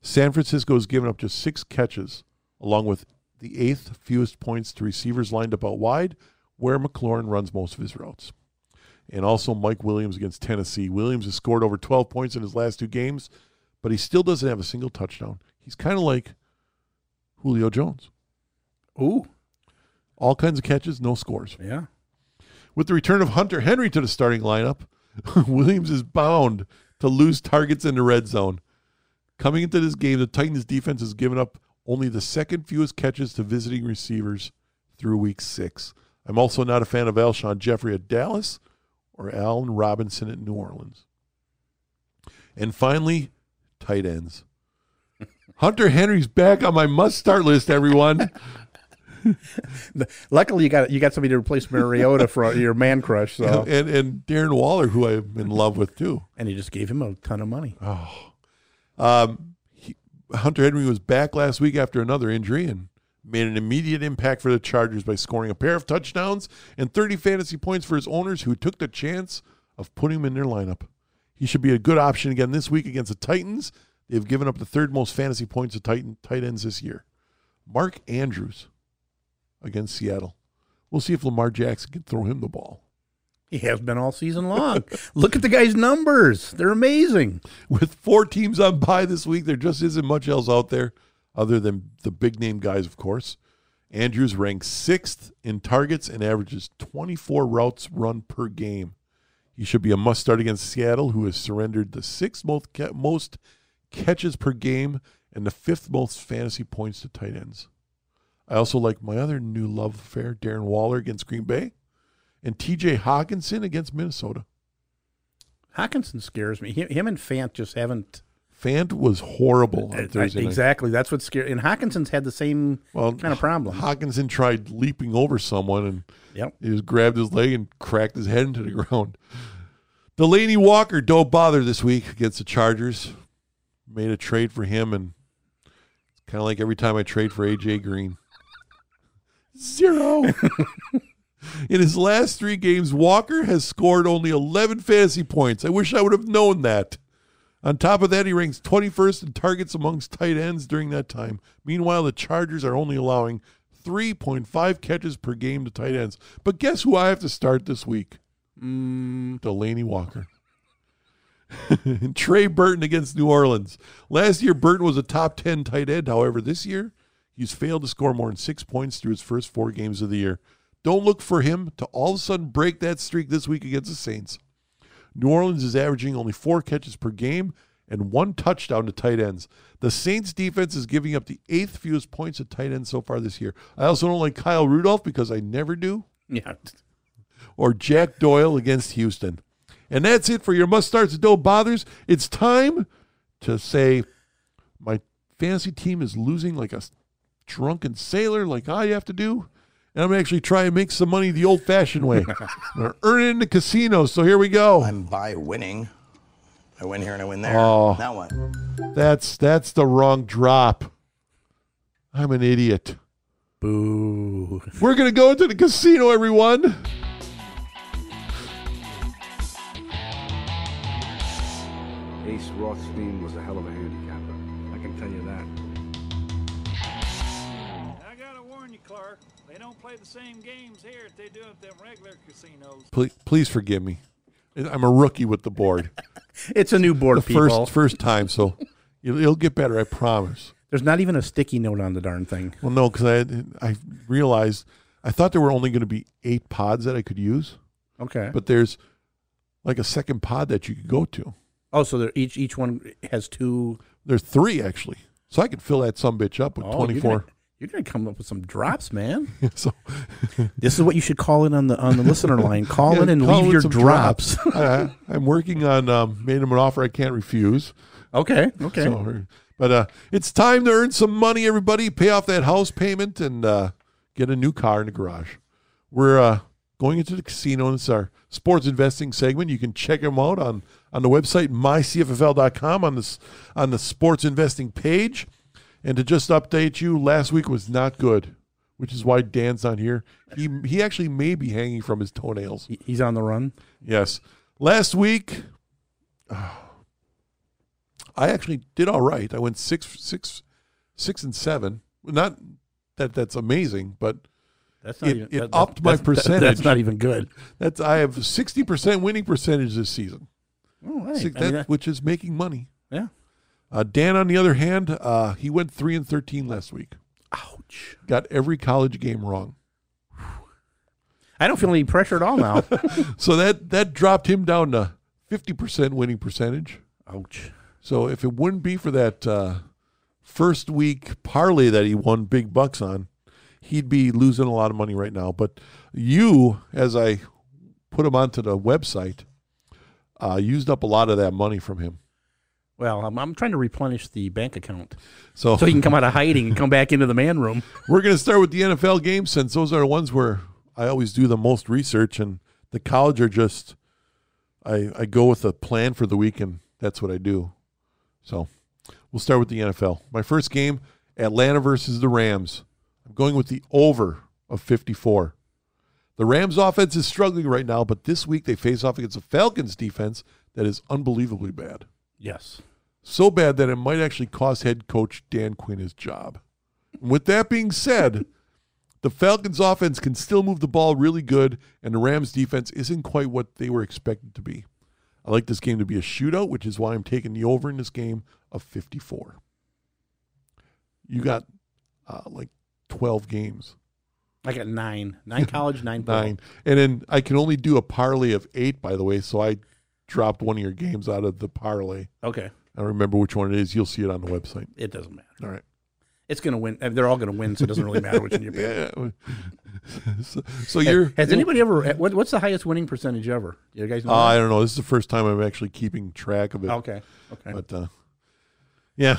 B: San Francisco has given up just six catches, along with the eighth fewest points to receivers lined up out wide, where McLaurin runs most of his routes. And also Mike Williams against Tennessee. Williams has scored over 12 points in his last two games, but he still doesn't have a single touchdown. He's kind of like Julio Jones.
C: Ooh.
B: All kinds of catches, no scores.
C: Yeah.
B: With the return of Hunter Henry to the starting lineup, *laughs* Williams is bound to lose targets in the red zone. Coming into this game, the Titans defense has given up only the second fewest catches to visiting receivers through week six. I'm also not a fan of Alshon Jeffrey at Dallas or Allen Robinson at New Orleans. And finally, tight ends. Hunter Henry's back on my must start list, everyone.
C: Luckily, you got you got somebody to replace Mariota for your man crush. So,
B: *laughs* And, and Darren Waller, who I'm in love with too.
C: and he just gave him a ton of money.
B: Um, he, Hunter Henry was back last week after another injury and made an immediate impact for the Chargers by scoring a pair of touchdowns and 30 fantasy points for his owners who took the chance of putting him in their lineup. He should be a good option again this week against the Titans. They've given up the third most fantasy points to Titan tight ends this year. Mark Andrews against Seattle. We'll see if Lamar Jackson can throw him the ball.
C: He has been all season long. *laughs* Look at the guy's numbers; they're amazing.
B: with four teams on bye this week, there just isn't much else out there other than the big name guys, of course. Andrews ranks sixth in targets and averages 24 routes run per game. He should be a must start against Seattle, who has surrendered the sixth most, ca- most catches per game and the fifth most fantasy points to tight ends. I also like my other new love affair, Darren Waller against Green Bay and TJ Hawkinson against Minnesota.
C: Hawkinson scares me. Him, him and Fant just haven't.
B: Fant was horrible on
C: I-
B: Thursday night.
C: exactly. That's what scares. And Hawkinson's had the same kind of problem.
B: Hawkinson tried leaping over someone and
C: Yep.
B: he just grabbed his leg and cracked his head into the *laughs* ground. Delaney Walker, don't bother this week against the Chargers. Made a trade for him, and it's kind of like every time I trade for AJ Green. Zero. *laughs* In his last three games, Walker has scored only 11 fantasy points. I wish I would have known that. On top of that, he ranks 21st in targets amongst tight ends during that time. Meanwhile, the Chargers are only allowing 3.5 catches per game to tight ends. But guess who I have to start this week? Delaney Walker. *laughs* And Trey Burton against New Orleans. Last year, Burton was a top 10 tight end. However, this year, he's failed to score more than six points through his first four games of the year. Don't look for him to all of a sudden break that streak this week against the Saints. New Orleans is averaging only four catches per game and one touchdown to tight ends. The Saints defense is giving up the eighth fewest points to tight ends so far this year. I also don't like Kyle Rudolph because I never do,
C: Yeah.
B: or Jack Doyle against Houston. And that's it for your must starts and don't bothers. It's time to say my fantasy team is losing like a drunken sailor, like I have to do. And I'm actually trying to make some money the old fashioned way. I'm gonna earn it in the casino. So here we go.
E: I'm by winning. I win here and I win there.
B: Oh.
E: Now what?
B: That's that's the wrong drop. I'm an idiot.
C: *laughs* Boo.
B: We're gonna go to the casino, everyone.
H: Ace Rothstein was a hell of a handicapper. I can tell you that.
I: I gotta warn you, Clark. They don't play the same games here that they do at them regular casinos.
B: Please, please forgive me. I'm a rookie with the board.
C: It's a new board,
B: The
C: people.
B: first first time, so *laughs* it'll, it'll get better. I promise.
C: There's not even a sticky note on the darn thing.
B: Well, no, because I I realized I thought there were only going to be eight pods that I could use,
C: Okay.
B: but there's like a second pod that you could go to.
C: oh, so they're- each each one has two.
B: There's three actually, so I could fill that some bitch up with
C: Oh, you're
B: 24.
C: gonna- You're gonna come up with some drops, man.
B: *laughs* so
C: This is what you should call in on the on the
B: *laughs*
C: listener line. Call in
B: Yeah,
C: and
B: call
C: leave
B: in
C: your
B: some
C: drops.
B: *laughs* I, I'm working on um, made him an offer I can't refuse.
C: *laughs* okay. Okay.
B: So, but uh, it's time to earn some money, everybody. Pay off that house payment and uh, get a new car in the garage. We're uh, going into the casino, and it's our sports investing segment. You can check them out on, on the website mycffl.com on this on the sports investing page. And to just update you, last week was not good, which is why Dan's not here. He he actually may be hanging from his toenails.
C: He- He's on the run.
B: Yes. Last week, *sighs* I actually did all right. I went six, six, six and seven. Not that that's amazing, but
C: That's
B: It- it upped my
C: that's- that-
B: percentage.
C: that's not even good.
B: that's I have sixty percent winning percentage this season,
C: Oh, right.
B: Six-
C: I mean,
B: that-
C: that-
B: which is making money.
C: yeah.
B: Uh, Dan, on the other hand, uh, he went three and thirteen last week.
C: Ouch.
B: Got every college game wrong,
C: I don't feel any pressure at all now.
B: *laughs* so that that dropped him down to fifty percent winning percentage.
C: Ouch.
B: So if it wouldn't be for that uh, first week parlay that he won big bucks on, he'd be losing a lot of money right now. But you, as I put him onto the website, uh, used up a lot of that money from him.
C: Well, I'm, I'm trying to replenish the bank account
B: So,
C: so he can
B: *laughs*
C: come out of hiding and come back into the man room.
B: we're going to start with the NFL games since those are the ones where I always do the most research, and the college are just I I go with a plan for the week, and that's what I do. So we'll start with the NFL. My first game: Atlanta versus the Rams. I'm going with the over of 54. The Rams offense is struggling right now, but this week they face off against the Falcons defense that is unbelievably bad.
C: Yes.
B: So bad that it might actually cost head coach Dan Quinn his job. And with that being said, *laughs* the Falcons offense can still move the ball really good, and the Rams defense isn't quite what they were expected to be. I like this game to be a shootout, which is why I'm taking the over in this game of 54. You got uh, like 12 games,
C: I got nine. Nine college, nine pro.
B: nine. And then I can only do a parlay of eight, by the way. So I dropped one of your games out of the parlay.
C: Okay.
B: I don't remember which one it is. You'll see it on the website.
C: It doesn't matter.
B: All right.
C: It's going to win. uh, They're all going to win, so it doesn't really matter which one
B: *laughs*
C: you pick.
B: Yeah. so, so you're.
C: Has anybody ever, uh, what, what's the highest winning percentage ever? You guys know?
B: Uh, I
C: that?
B: don't know. This is the first time I'm actually keeping track of it.
C: okay. Okay.
B: But uh, yeah,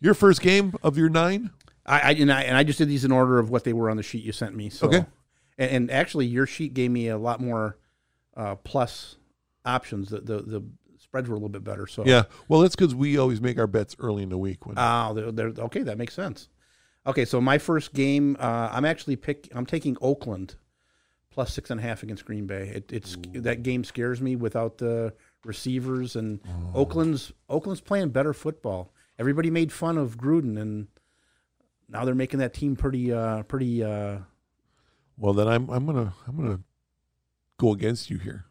B: your first game of your nine.
C: I, I and I and I just did these in order of what they were on the sheet you sent me. So,
B: Okay.
C: And, and actually, your sheet gave me a lot more uh, plus options. The, the the spreads were a little bit better. So
B: Yeah. Well, that's because we always make our bets early in the week. When,
C: Oh, they're, they're- okay. That makes sense. Okay, so my first game, uh, I'm actually pick. I'm taking Oakland plus six and a half against Green Bay. It, it's that game scares me without the receivers and
B: Oh.
C: Oakland's Oakland's playing better football. Everybody made fun of Gruden, and now they're making that team pretty, uh, pretty. Uh,
B: well, then I'm I'm gonna I'm gonna go against you here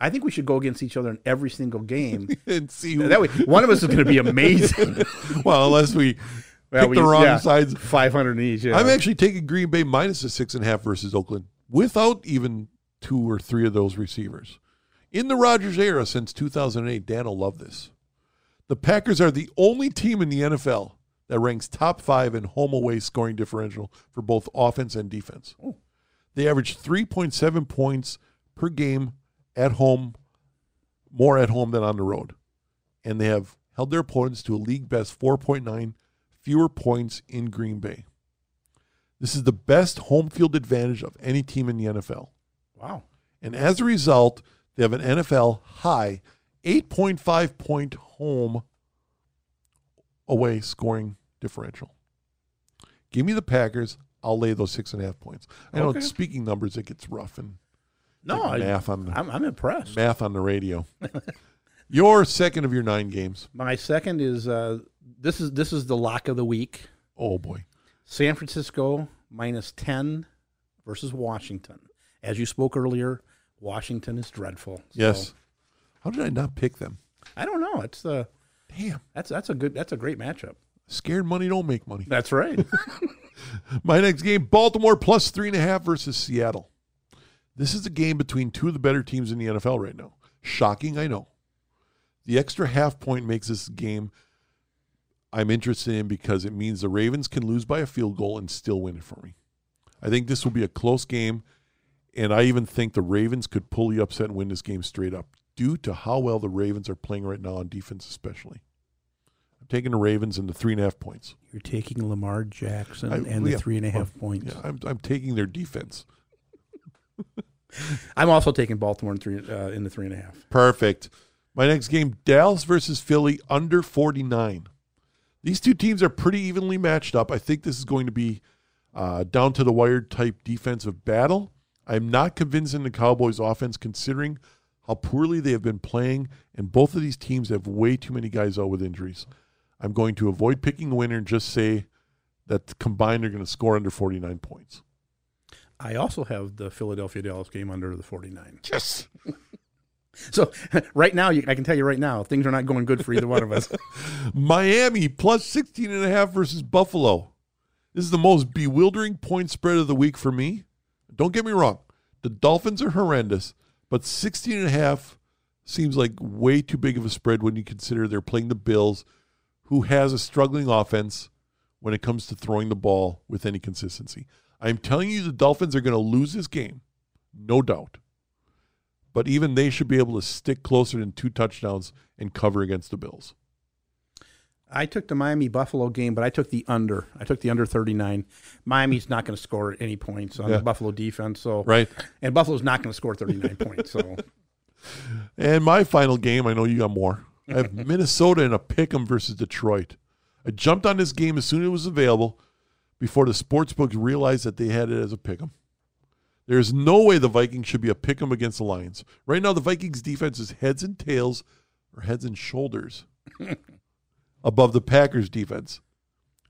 C: I think we should go against each other in every
B: *laughs*
C: single game.
B: and see who.
C: that way, one of us is going to be
B: *laughs*
C: amazing. *laughs*
B: well, unless we
C: Well,
B: pick
C: we-
B: the wrong
C: yeah.
B: sides.
C: Five hundred each. Yeah.
B: I'm actually taking Green Bay minus the six and a half versus Oakland without even two or three of those receivers. In the Rodgers era since 2008, Dan will love this. The Packers are the only team in the NFL that ranks top five in home away scoring differential for both offense and defense. They average 3.7 points per game at home, more at home than on the road. And they have held their opponents to a league best 4.9 fewer points in Green Bay. This is the best home field advantage of any team in the NFL.
C: wow.
B: And as a result, they have an NFL high 8.5 point home away scoring differential. Give me the Packers. I'll lay those six and a half points. I know
C: Okay.
B: speaking numbers, it gets rough and
C: No,
B: like
C: I,
B: math on the
C: I'm, I'm impressed.
B: math on the radio. *laughs* Your second of your nine games.
C: My second is uh, this is this is the lock of the week.
B: Oh boy.
C: San Francisco minus ten versus Washington. As you spoke earlier, Washington is dreadful. So,
B: Yes. How did I not pick them?
C: I don't know. It's uh,
B: Damn.
C: that's that's a good that's a great matchup.
B: Scared money don't make money.
C: That's *laughs* right.
B: My next game, Baltimore plus three and a half versus Seattle. This is a game between two of the better teams in the NFL right now. Shocking, I know. The extra half point makes this game I'm interested in because it means the Ravens can lose by a field goal and still win it for me. I think this will be a close game, and I even think the Ravens could pull the upset and win this game straight up due to how well the Ravens are playing right now on defense, especially. I'm taking the Ravens and the three and a half points.
C: You're taking Lamar Jackson
B: I-
C: and the
B: yeah.
C: three and a half
B: Well,
C: points.
B: Yeah, I'm, I'm taking their defense.
C: I'm also taking Baltimore in three uh, in the three and a half.
B: Perfect. My next game Dallas versus Philly under 49. These two teams are pretty evenly matched up. I think this is going to be uh, down to the wire type defensive battle. I'm not convinced in the Cowboys offense considering how poorly they have been playing, and both of these teams have way too many guys out with injuries. I'm going to avoid picking a winner and just say that combined are going to score under 49 points.
C: I also have the Philadelphia Dallas game under the 49.
B: Yes.
C: *laughs* So *laughs* right now, you, I can tell you right now, things are not going good for either one of us.
B: Miami plus 16 and a half versus Buffalo. This is the most bewildering point spread of the week for me. Don't get me wrong. The Dolphins are horrendous, but 16 and a half seems like way too big of a spread when you consider they're playing the Bills, who has a struggling offense when it comes to throwing the ball with any consistency. I'm telling you the Dolphins are going to lose this game. No doubt. but even they should be able to stick closer than two touchdowns and cover against the Bills.
C: I took the Miami Buffalo game, but I took the under. I took the under 39. Miami's not going to score any points on
B: Yeah.
C: the Buffalo defense. So
B: Right.
C: and Buffalo's not going to
B: *laughs*
C: score 39 points. So
B: And my final game, I know you got more. I have Minnesota in a pick 'em versus Detroit. I jumped on this game as soon as it was available before the sportsbooks realized that they had it as a pick 'em. There is no way the Vikings should be a pick 'em against the Lions. Right now, the Vikings defense is heads and tails or heads and shoulders above the Packers defense,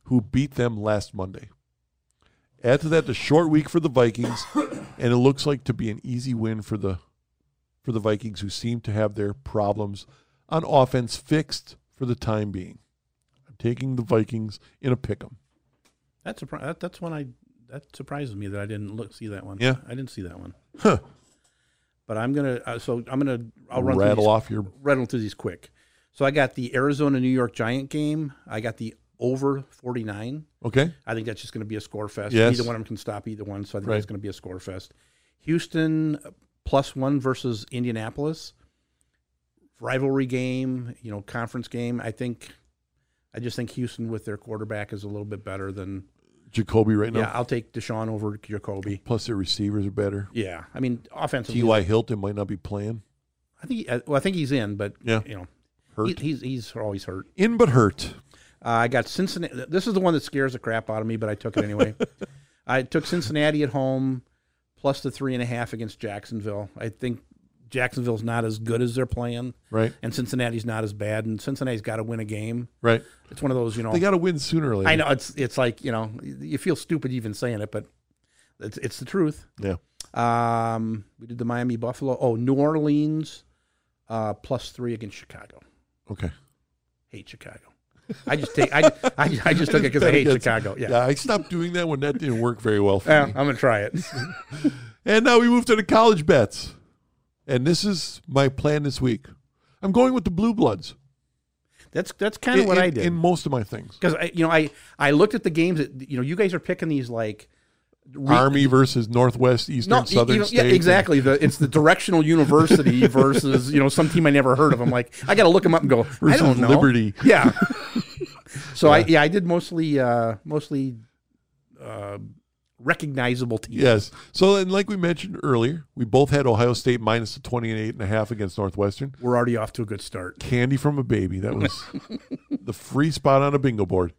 B: who beat them last Monday. Add to that the short week for the Vikings, and it looks like to be an easy win for the for the Vikings, who seem to have their problems on offense fixed for the time being. I'm taking the Vikings in a pick 'em.
C: that's surpri- that, that's one I that surprises me that I didn't look see that one.
B: Yeah.
C: I didn't see that one.
B: Huh.
C: But I'm gonna uh, so I'm gonna I'll run through
B: rattle
C: these-
B: off your
C: rattle through these quick. So I got the Arizona New York Giant game. I got the over 49.
B: okay.
C: I think that's just going to be a score fest.
B: Yes.
C: Neither one of them can stop either one, so I think
B: Right.
C: it's going to be a score fest. Houston uh, plus one versus Indianapolis, rivalry game, you know, conference game. I think, I just think Houston with their quarterback is a little bit better than.
B: Jacoby right now.
C: Yeah, I'll take Deshaun over Jacoby.
B: Plus their receivers are better.
C: Yeah, I mean offensively,
B: T.Y. Hilton might not be playing.
C: I think. uh, Well, I think he's in, but
B: Yeah.
C: you know,
B: Hurt.
C: he- he's he's always hurt.
B: In but hurt.
C: Uh, I got Cincinnati. This is the one that scares the crap out of me, but I took
B: *laughs*
C: it anyway. I took Cincinnati at home plus the three and a half against Jacksonville. I think Jacksonville's not as good as they're playing,
B: Right.
C: and Cincinnati's not as bad. And Cincinnati's got to win a game.
B: Right.
C: It's one of those, you know.
B: They got to win sooner or later.
C: Oh. I know it's it's like you know you feel stupid even saying it, but it's it's the truth.
B: Yeah.
C: Um, we did the Miami Buffalo. Oh, New Orleans uh, plus three against Chicago.
B: Okay.
C: Hate Chicago. I just take I I, I just took it because I
B: Bet
C: hate
B: against-
C: Chicago. Yeah.
B: I stopped doing that when that didn't work very well. for
C: Yeah,
B: me.
C: I'm gonna try it.
B: And now we move to the college bets. And this is my plan this week. I'm going with the Blue Bloods.
C: *laughs* That's that's kind of
B: In-
C: what I
B: in-
C: did
B: In most of my things.
C: because I, you know, I I looked at the games that you know you guys are picking these like re-
B: Army versus Northwest, Eastern,
C: No,
B: Southern
C: you know, yeah,
B: State.
C: exactly. The, it's the directional *laughs* university versus you know some team I never heard of. I'm like, I got to look them up and go. I
B: Versus
C: don't know.
B: Liberty.
C: *laughs* Yeah. so I yeah I did mostly uh, mostly uh, recognizable teams.
B: Yes. So, and like we mentioned earlier, we both had Ohio State minus the 28 and a half against Northwestern.
C: We're already off to a good start.
B: Candy from a baby. That was
C: *laughs*
B: the free spot on a bingo board.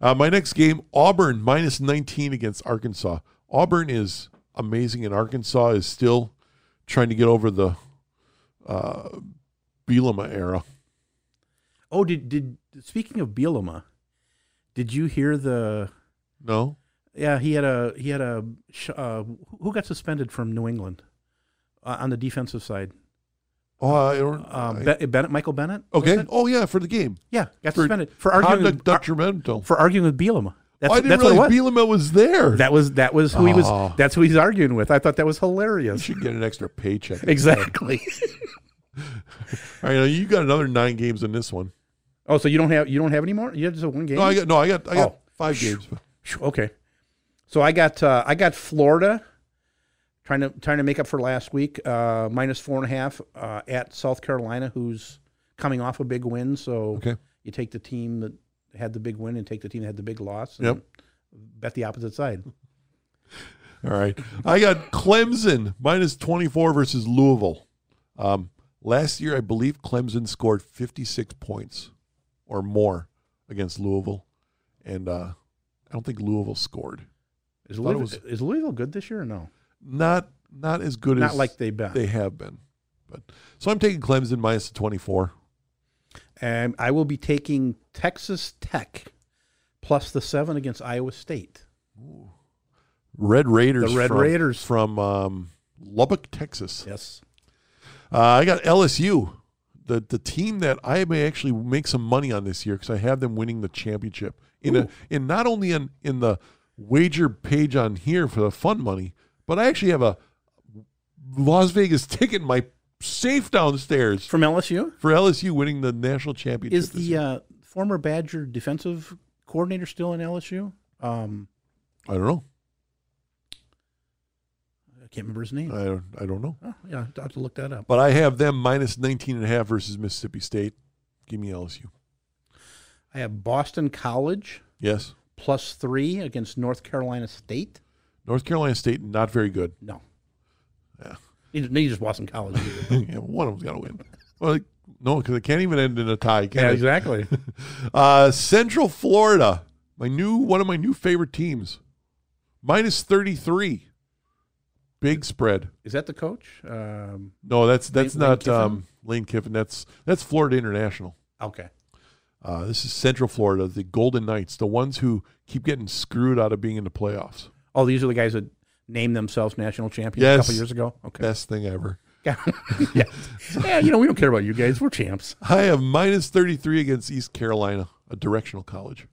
B: Uh, my next game, Auburn minus 19 against Arkansas. Auburn is amazing, and Arkansas is still trying to get over the uh, Bielema era.
C: Oh, did did speaking of Bielema, did you hear the?
B: No?
C: Yeah, he had a he had a sh- uh, who got suspended from New England uh, on the defensive side.
B: Oh, I don't.
C: Um,
B: I-
C: Ben- Bennett, Michael Bennett. was
B: okay.
C: it?
B: Oh, yeah, for the game.
C: Yeah, got
B: For
C: suspended for arguing
B: Conduct
C: with, ar-
B: detrimental.
C: for arguing with Bielema. That's,
B: Oh, I didn't
C: that's what it
B: realize
C: was.
B: Bielema was there.
C: that was that was who he
B: Oh.
C: was. That's who he's arguing with. I thought that was
B: You *laughs*
C: hilarious.
B: should get an extra paycheck.
C: Exactly. *laughs*
B: All right, now you got another nine games in this one.
C: oh, so you don't have you don't have any more? You have just a one game.
B: No, I got no, I got I got
C: Oh.
B: five games.
C: Phew, Okay. So I got uh, I got Florida trying to trying to make up for last week uh, minus four and a half uh, at South Carolina, who's coming off a big win. So
B: Okay.
C: you take the team that had the big win and take the team that had the big loss. and
B: Yep.
C: Bet the opposite side.
B: All right, I got Clemson minus twenty four versus Louisville. Um, last year, I believe Clemson scored fifty six points or more against Louisville, and uh, I don't think Louisville scored.
C: Is
B: Thought it
C: Louisville,
B: was-
C: is Louisville good this year or no?
B: Not not as good
C: Not
B: as
C: like they've been.
B: they have been, but so I'm taking Clemson minus twenty four.
C: And I will be taking Texas Tech plus the seven against Iowa State.
B: Red Raiders.
C: The Red
B: from-
C: Raiders.
B: from um, Lubbock, Texas.
C: Yes.
B: Uh, I got LSU, the the team that I may actually make some money on this year because I have them winning the championship in a, in not only in in the wager page on here for the fun money, but I actually have a Las Vegas ticket in my safe downstairs
C: From LSU?
B: for LSU winning the national championship.
C: Is
B: this
C: the
B: year.
C: uh, former Badger defensive coordinator still in LSU? Um,
B: I don't know.
C: uh, I can't remember his name.
B: I don't, I don't know.
C: oh, yeah, I'll have to look that up.
B: But I have them minus 19 and a half versus Mississippi State. Give me LSU.
C: I have Boston College
B: Yes.
C: plus three against North Carolina State.
B: North Carolina State, not very good.
C: No.
B: Yeah.
C: Neither, neither is Boston College.
B: *laughs*
C: Either. *laughs*
B: yeah, one of them's got to win. Well, like, no, because it can't even end in a tie. Can
C: yeah,
B: it?
C: exactly.
B: *laughs* Uh, Central Florida, my new one of my new favorite teams, minus 33. Big spread.
C: Is that the coach? Um,
B: No, that's that's
C: Lane- Lane
B: not
C: Kiffin?
B: um, Lane Kiffin. That's that's Florida International.
C: okay.
B: Uh, this is Central Florida, the Golden Knights, the ones who keep getting screwed out of being in the playoffs.
C: Oh, these are the guys that named themselves national champions a
B: Yes.
C: couple years ago. Okay.
B: Best thing ever.
C: Yeah. *laughs* yeah. Yeah, You know, we don't care about you guys. We're champs.
B: I have minus 33 against East Carolina, a directional college.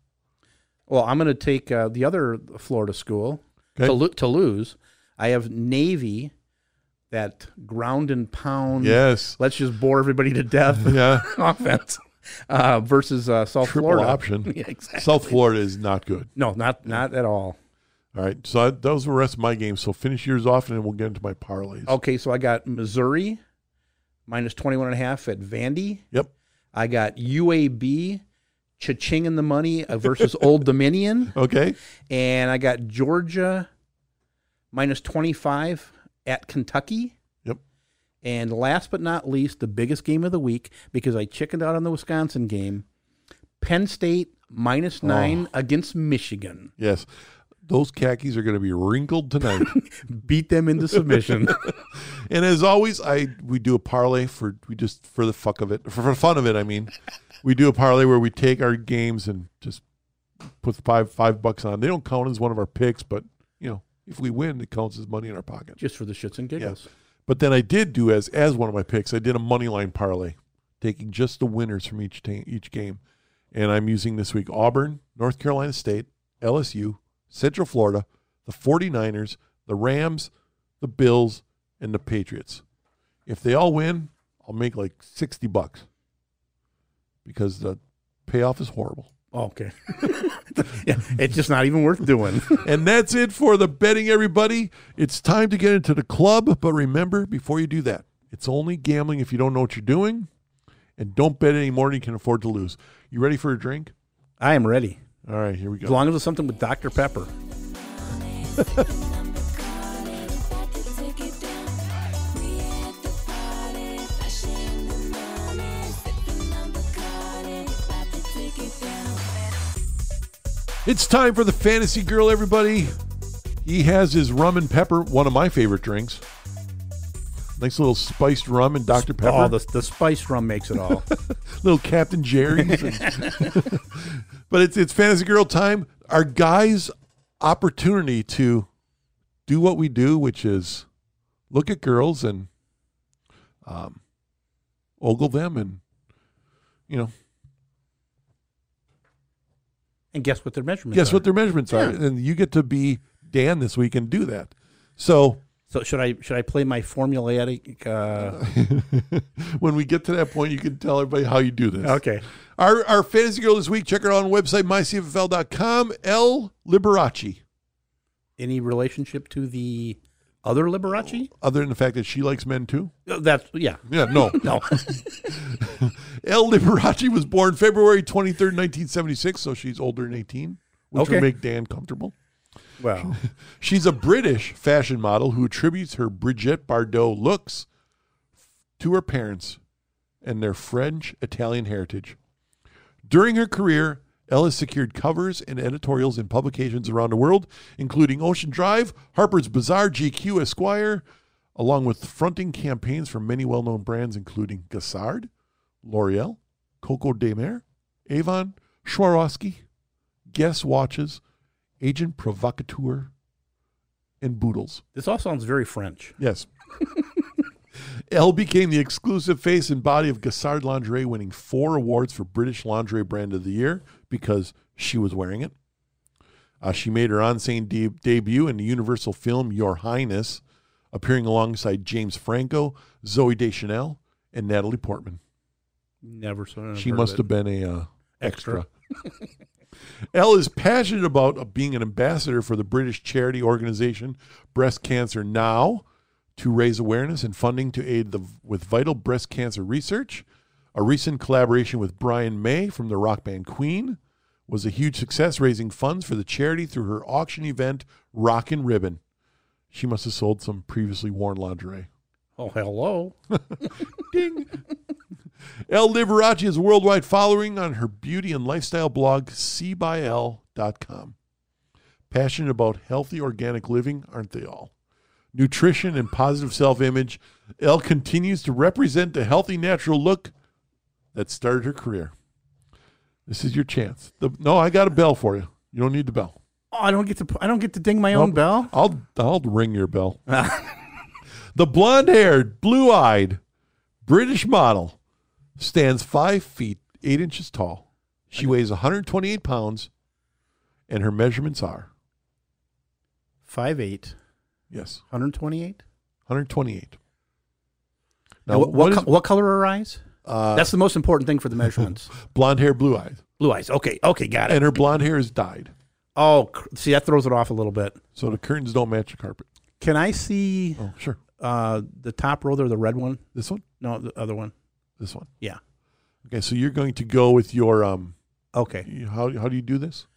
C: Well, I'm going to take uh, the other Florida school
B: Okay.
C: to, lo- to lose. I have Navy, that ground and pound.
B: Yes.
C: Let's just bore everybody to death.
B: *laughs* Yeah.
C: offense uh, versus uh, South
B: Triple
C: Florida
B: option.
C: *laughs* Yeah, exactly.
B: South Florida is not good.
C: No, not not at all.
B: All right. So I, that was the rest of my game. So finish yours off and then we'll get into my parlays.
C: Okay, so I got Missouri minus 21 and a half at Vandy.
B: Yep.
C: I got UAB cha-ching in the money uh, versus Old Dominion.
B: Okay.
C: And I got Georgia minus 25 at Kentucky.
B: Yep.
C: And last but not least, the biggest game of the week because I chickened out on the Wisconsin game. Penn State minus nine against Michigan.
B: Yes. Those khakis are going to be wrinkled
C: *laughs*
B: tonight.
C: Beat them into submission.
B: and as always, I we do a parlay for we just for the fuck of it, for, for fun of it. I mean, we do a parlay where we take our games and just put five five bucks on. They don't count as one of our picks, but you know, if we win, it counts as money in our pocket.
C: *laughs* Just for the shits and giggles.
B: But then I did do as as one of my picks. I did a money line parlay, taking just the winners from each ta- each game, and I'm using this week Auburn, North Carolina State, LSU, Central Florida, the 49ers, the Rams, the Bills, and the Patriots. If they all win, I'll make like 60 bucks because the payoff is horrible.
C: Oh, okay. *laughs* yeah, it's just not even worth doing.
B: And that's it for the betting, everybody. It's time to get into the club. But remember, before you do that, it's only gambling if you don't know what you're doing. And don't bet any more than you can afford to lose. You ready for a drink?
C: I am ready.
B: All right, here we go.
C: As long as it's something with Dr. Pepper.
B: It's time for the fantasy girl, everybody. He has his rum and pepper, one of my favorite drinks. Nice little spiced rum and Dr. Pepper.
C: Oh, the, the spice rum makes it all.
B: little Captain Jerry's. and- *laughs* but it's it's fantasy girl time. Our guys' opportunity to do what we do, which is look at girls and um, ogle them, and you know,
C: and guess what their measurements
B: guess
C: are?
B: what their measurements are,
C: Yeah.
B: and you get to be Dan this week and do that. So *laughs*
C: So should I should I play my formulaic?
B: *laughs*
C: Uh,
B: when we get to that point, you can tell everybody how you do this.
C: okay.
B: Our, our fantasy girl this week, check her out on website, mycfl.com, L. Liberace.
C: Any relationship to the other Liberace?
B: other than the fact that she likes men too?
C: Uh, That's yeah.
B: Yeah, *laughs* no.
C: No.
B: El Liberace was born February 23rd, 1976, so she's older than 18, which
C: Okay.
B: will make Dan comfortable.
C: well,
B: She's a British fashion model who attributes her Brigitte Bardot looks to her parents and their French Italian heritage. During her career, Ellis secured covers and editorials in publications around the world, including Ocean Drive, Harper's Bazaar, GQ, Esquire, along with fronting campaigns for many well known brands, including Gassard, L'Oreal, Coco de Mer, Avon, Swarovski, Guess Watches, Agent Provocateur, and Boodles.
C: this all sounds very French.
B: Yes. *laughs* Elle became the exclusive face and body of Gassard Lingerie, winning four awards for British Lingerie Brand of the Year because she was wearing it. Uh, she made her on scene de- debut in the Universal film Your Highness, appearing alongside James Franco, Zoe Deschanel, and Natalie Portman.
C: Never so.
B: she must have been a uh, extra. *laughs* Elle is passionate about being an ambassador for the British charity organization Breast Cancer Now to raise awareness and funding to aid the, with vital breast cancer research. A recent collaboration with Brian May from the rock band Queen was a huge success, raising funds for the charity through her auction event, Rockin' Ribbon. She must have sold some previously worn lingerie.
C: Oh, hello.
B: Ding. El Liberace has a worldwide following on her beauty and lifestyle blog, cbyl.com. Passionate about healthy organic living, aren't they all? Nutrition and positive self image, Elle continues to represent the healthy, natural look that started her career. This is your chance. The, no, I got a bell for you. You don't need the bell.
C: Oh, I don't get to. I don't get to ding my own
B: Nope.
C: bell.
B: I'll I'll ring your bell. *laughs* the blonde-haired, blue-eyed British model stands five feet eight inches tall. She weighs 128 pounds, and her measurements are
C: Five eight.
B: yes,
C: 128.
B: 128.
C: Now, what what,
B: what is
C: co- what color are her eyes? That's the most important thing for the
B: *laughs*
C: measurements.
B: blonde hair, blue eyes,
C: Blue eyes. Okay. Okay. Got it.
B: and her blonde hair is dyed,
C: Oh, cr- see, that throws it off a little bit.
B: so the curtains don't match the carpet.
C: Can I see
B: Oh, sure.
C: uh, the top row there, the red one?
B: This one,
C: No, the other one.
B: this one.
C: Yeah.
B: Okay, so you're going to go with your um.
C: Okay.
B: How how do you do this?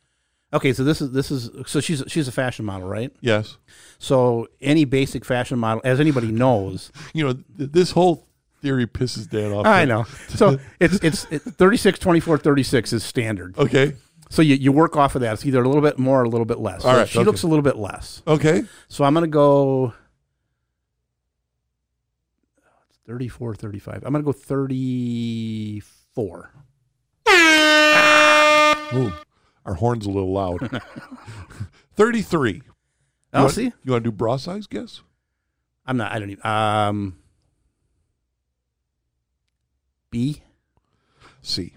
C: Okay. So this is this is so she's she's a fashion model, right?
B: Yes.
C: So any basic fashion model, as
B: *laughs*
C: anybody knows,
B: you know, th- this whole theory pisses Dan off.
C: I
B: *laughs*
C: know. So it's it's it, 36, 24, 36 is standard.
B: Okay.
C: So you, you work off of that. It's either a little bit more or a little bit less.
B: All
C: So
B: right,
C: she
B: okay.
C: looks a little bit less.
B: Okay.
C: So I'm going to go 34, 35. I'm going to go 34.
B: Ooh, our horn's a little
C: *laughs*
B: loud. 33.
C: Oh,
B: You want-
C: see?
B: You want to do bra size guess?
C: I'm not, I don't even, um, B.
B: C.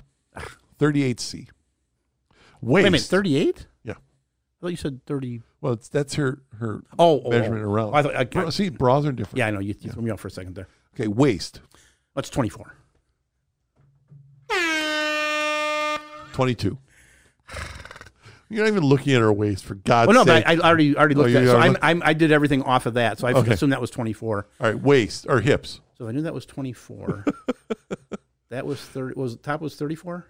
B: 38C.
C: Wait
B: Waist.
C: a minute, 38?
B: Yeah.
C: I thought you said 30.
B: Well, it's, that's her her
C: Oh, oh,
B: measurement
C: oh.
B: around.
C: I thought, I-
B: Bra-
C: I-
B: see, bras are different.
C: yeah, I know. You, you threw me off for a second there.
B: Okay, waist.
C: That's 24.
B: 22. You're not even looking at her waist, for God's
C: Well, no,
B: sake.
C: but I, I already already
B: Oh,
C: looked
B: you
C: at it. So
B: already
C: I'm,
B: looked-
C: I'm, I did everything off of that. So I
B: Okay.
C: assumed that was 24.
B: All right, waist or hips.
C: So if I knew that was 24, *laughs* that was 30. Was top was 34?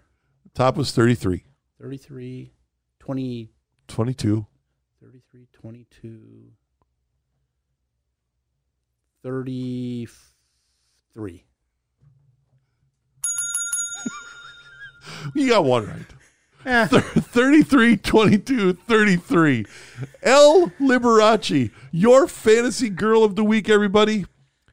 B: Top was 33.
C: 33, 20,
B: 22.
C: 33, 22, 33.
B: You got one right.
C: Eh,
B: 33 22 33 l liberace your fantasy girl of the week everybody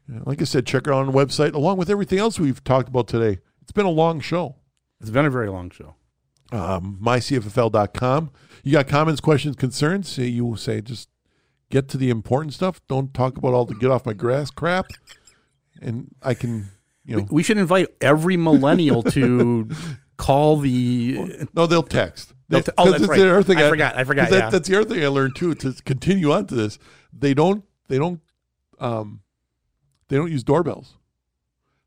B: Yeah, like i said check her on the website along with everything else we've talked about today it's been a long show
C: it's been a very long show.
B: um, mycffl.com you got comments questions concerns say you will say just get to the important stuff don't talk about all the get off my grass crap and i can you know
C: We should invite every millennial
B: *laughs*
C: to call the.
B: No, they'll text.
C: They'll te- oh,
B: 'cause
C: that's
B: it's
C: right.
B: the other thing
C: I forgot, I forgot,
B: 'cause that-
C: yeah.
B: That's the other thing I learned too. To continue on to this, they don't. They don't. Um, they don't use doorbells.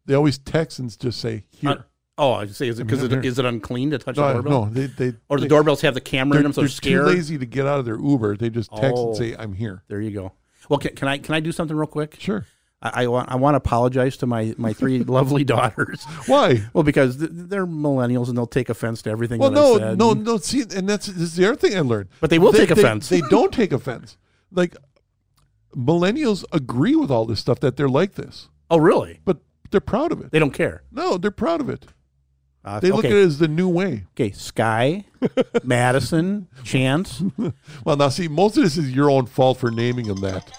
B: They always text and just say here.
C: Uh, oh, I say, is it because
B: I mean,
C: it, is it unclean to touch
B: no,
C: the
B: I-
C: doorbell?
B: Uh, no, they they
C: Or the
B: they-
C: doorbells have the camera
B: They're,
C: in them, so
B: they're too
C: they're scared.
B: lazy to get out of their Uber. They just text
C: Oh.
B: and say, "I'm here."
C: There you go. Well, can, can I can I do something real quick?
B: Sure.
C: I, I want I want to apologize to my
B: *laughs*
C: my three lovely daughters.
B: Why?
C: Well, because th- they're millennials and they'll take offense to everything.
B: Well,
C: that I
B: no,
C: said.
B: no, no. See, and that's this is the other thing I learned.
C: But they will take offense.
B: They don't take offense. Like millennials agree with all this stuff that they're like this,
C: Oh, really?
B: but they're proud of it.
C: They don't care.
B: No, they're proud of it.
C: Uh,
B: They look
C: okay.
B: at it as the new way.
C: Okay, Sky,
B: *laughs*
C: Madison, Chance.
B: Well, now see, most of this is your own fault for naming them that.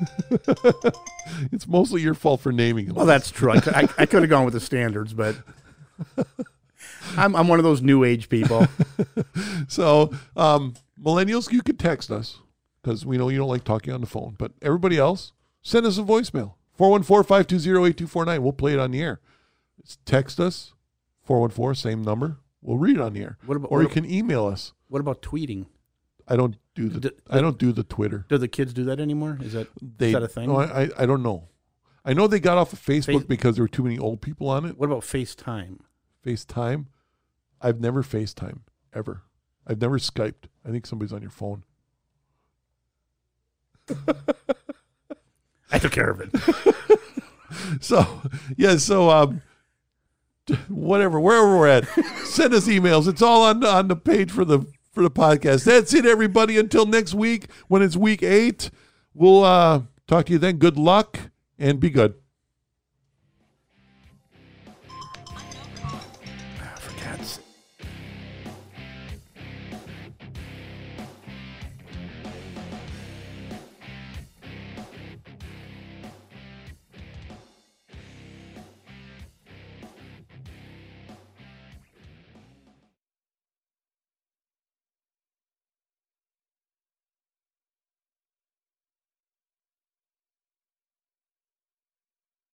B: *laughs* it's mostly your fault for naming them.
C: Well, that's true. I, cou- I, I could have gone with the standards, *laughs* but I'm I'm one of those new age people.
B: so, um, millennials, you could text us because we know you don't like talking on the phone. But everybody else, send us a voicemail 414 520 8249. We'll play it on the air. It's text us 414, same number. We'll read it on the air.
C: What about-
B: or
C: what
B: you
C: ab-
B: can email us.
C: What about tweeting?
B: I don't do the
C: Do-
B: I don't do the Twitter.
C: Do the kids do that anymore? Is that is
B: They,
C: that a thing?
B: No, I, I I don't know. I know they got off of Facebook
C: Face-
B: because there were too many old people on it.
C: what about FaceTime?
B: FaceTime. I've never FaceTime ever. I've never Skyped. I think somebody's on your phone.
C: *laughs* I took care of it.
B: *laughs* So yeah, so um, whatever, wherever we're at, send us emails. It's all on on the page for the for the podcast. That's it, everybody. Until next week, when it's week eight, we'll uh, talk to you then. Good luck and be good.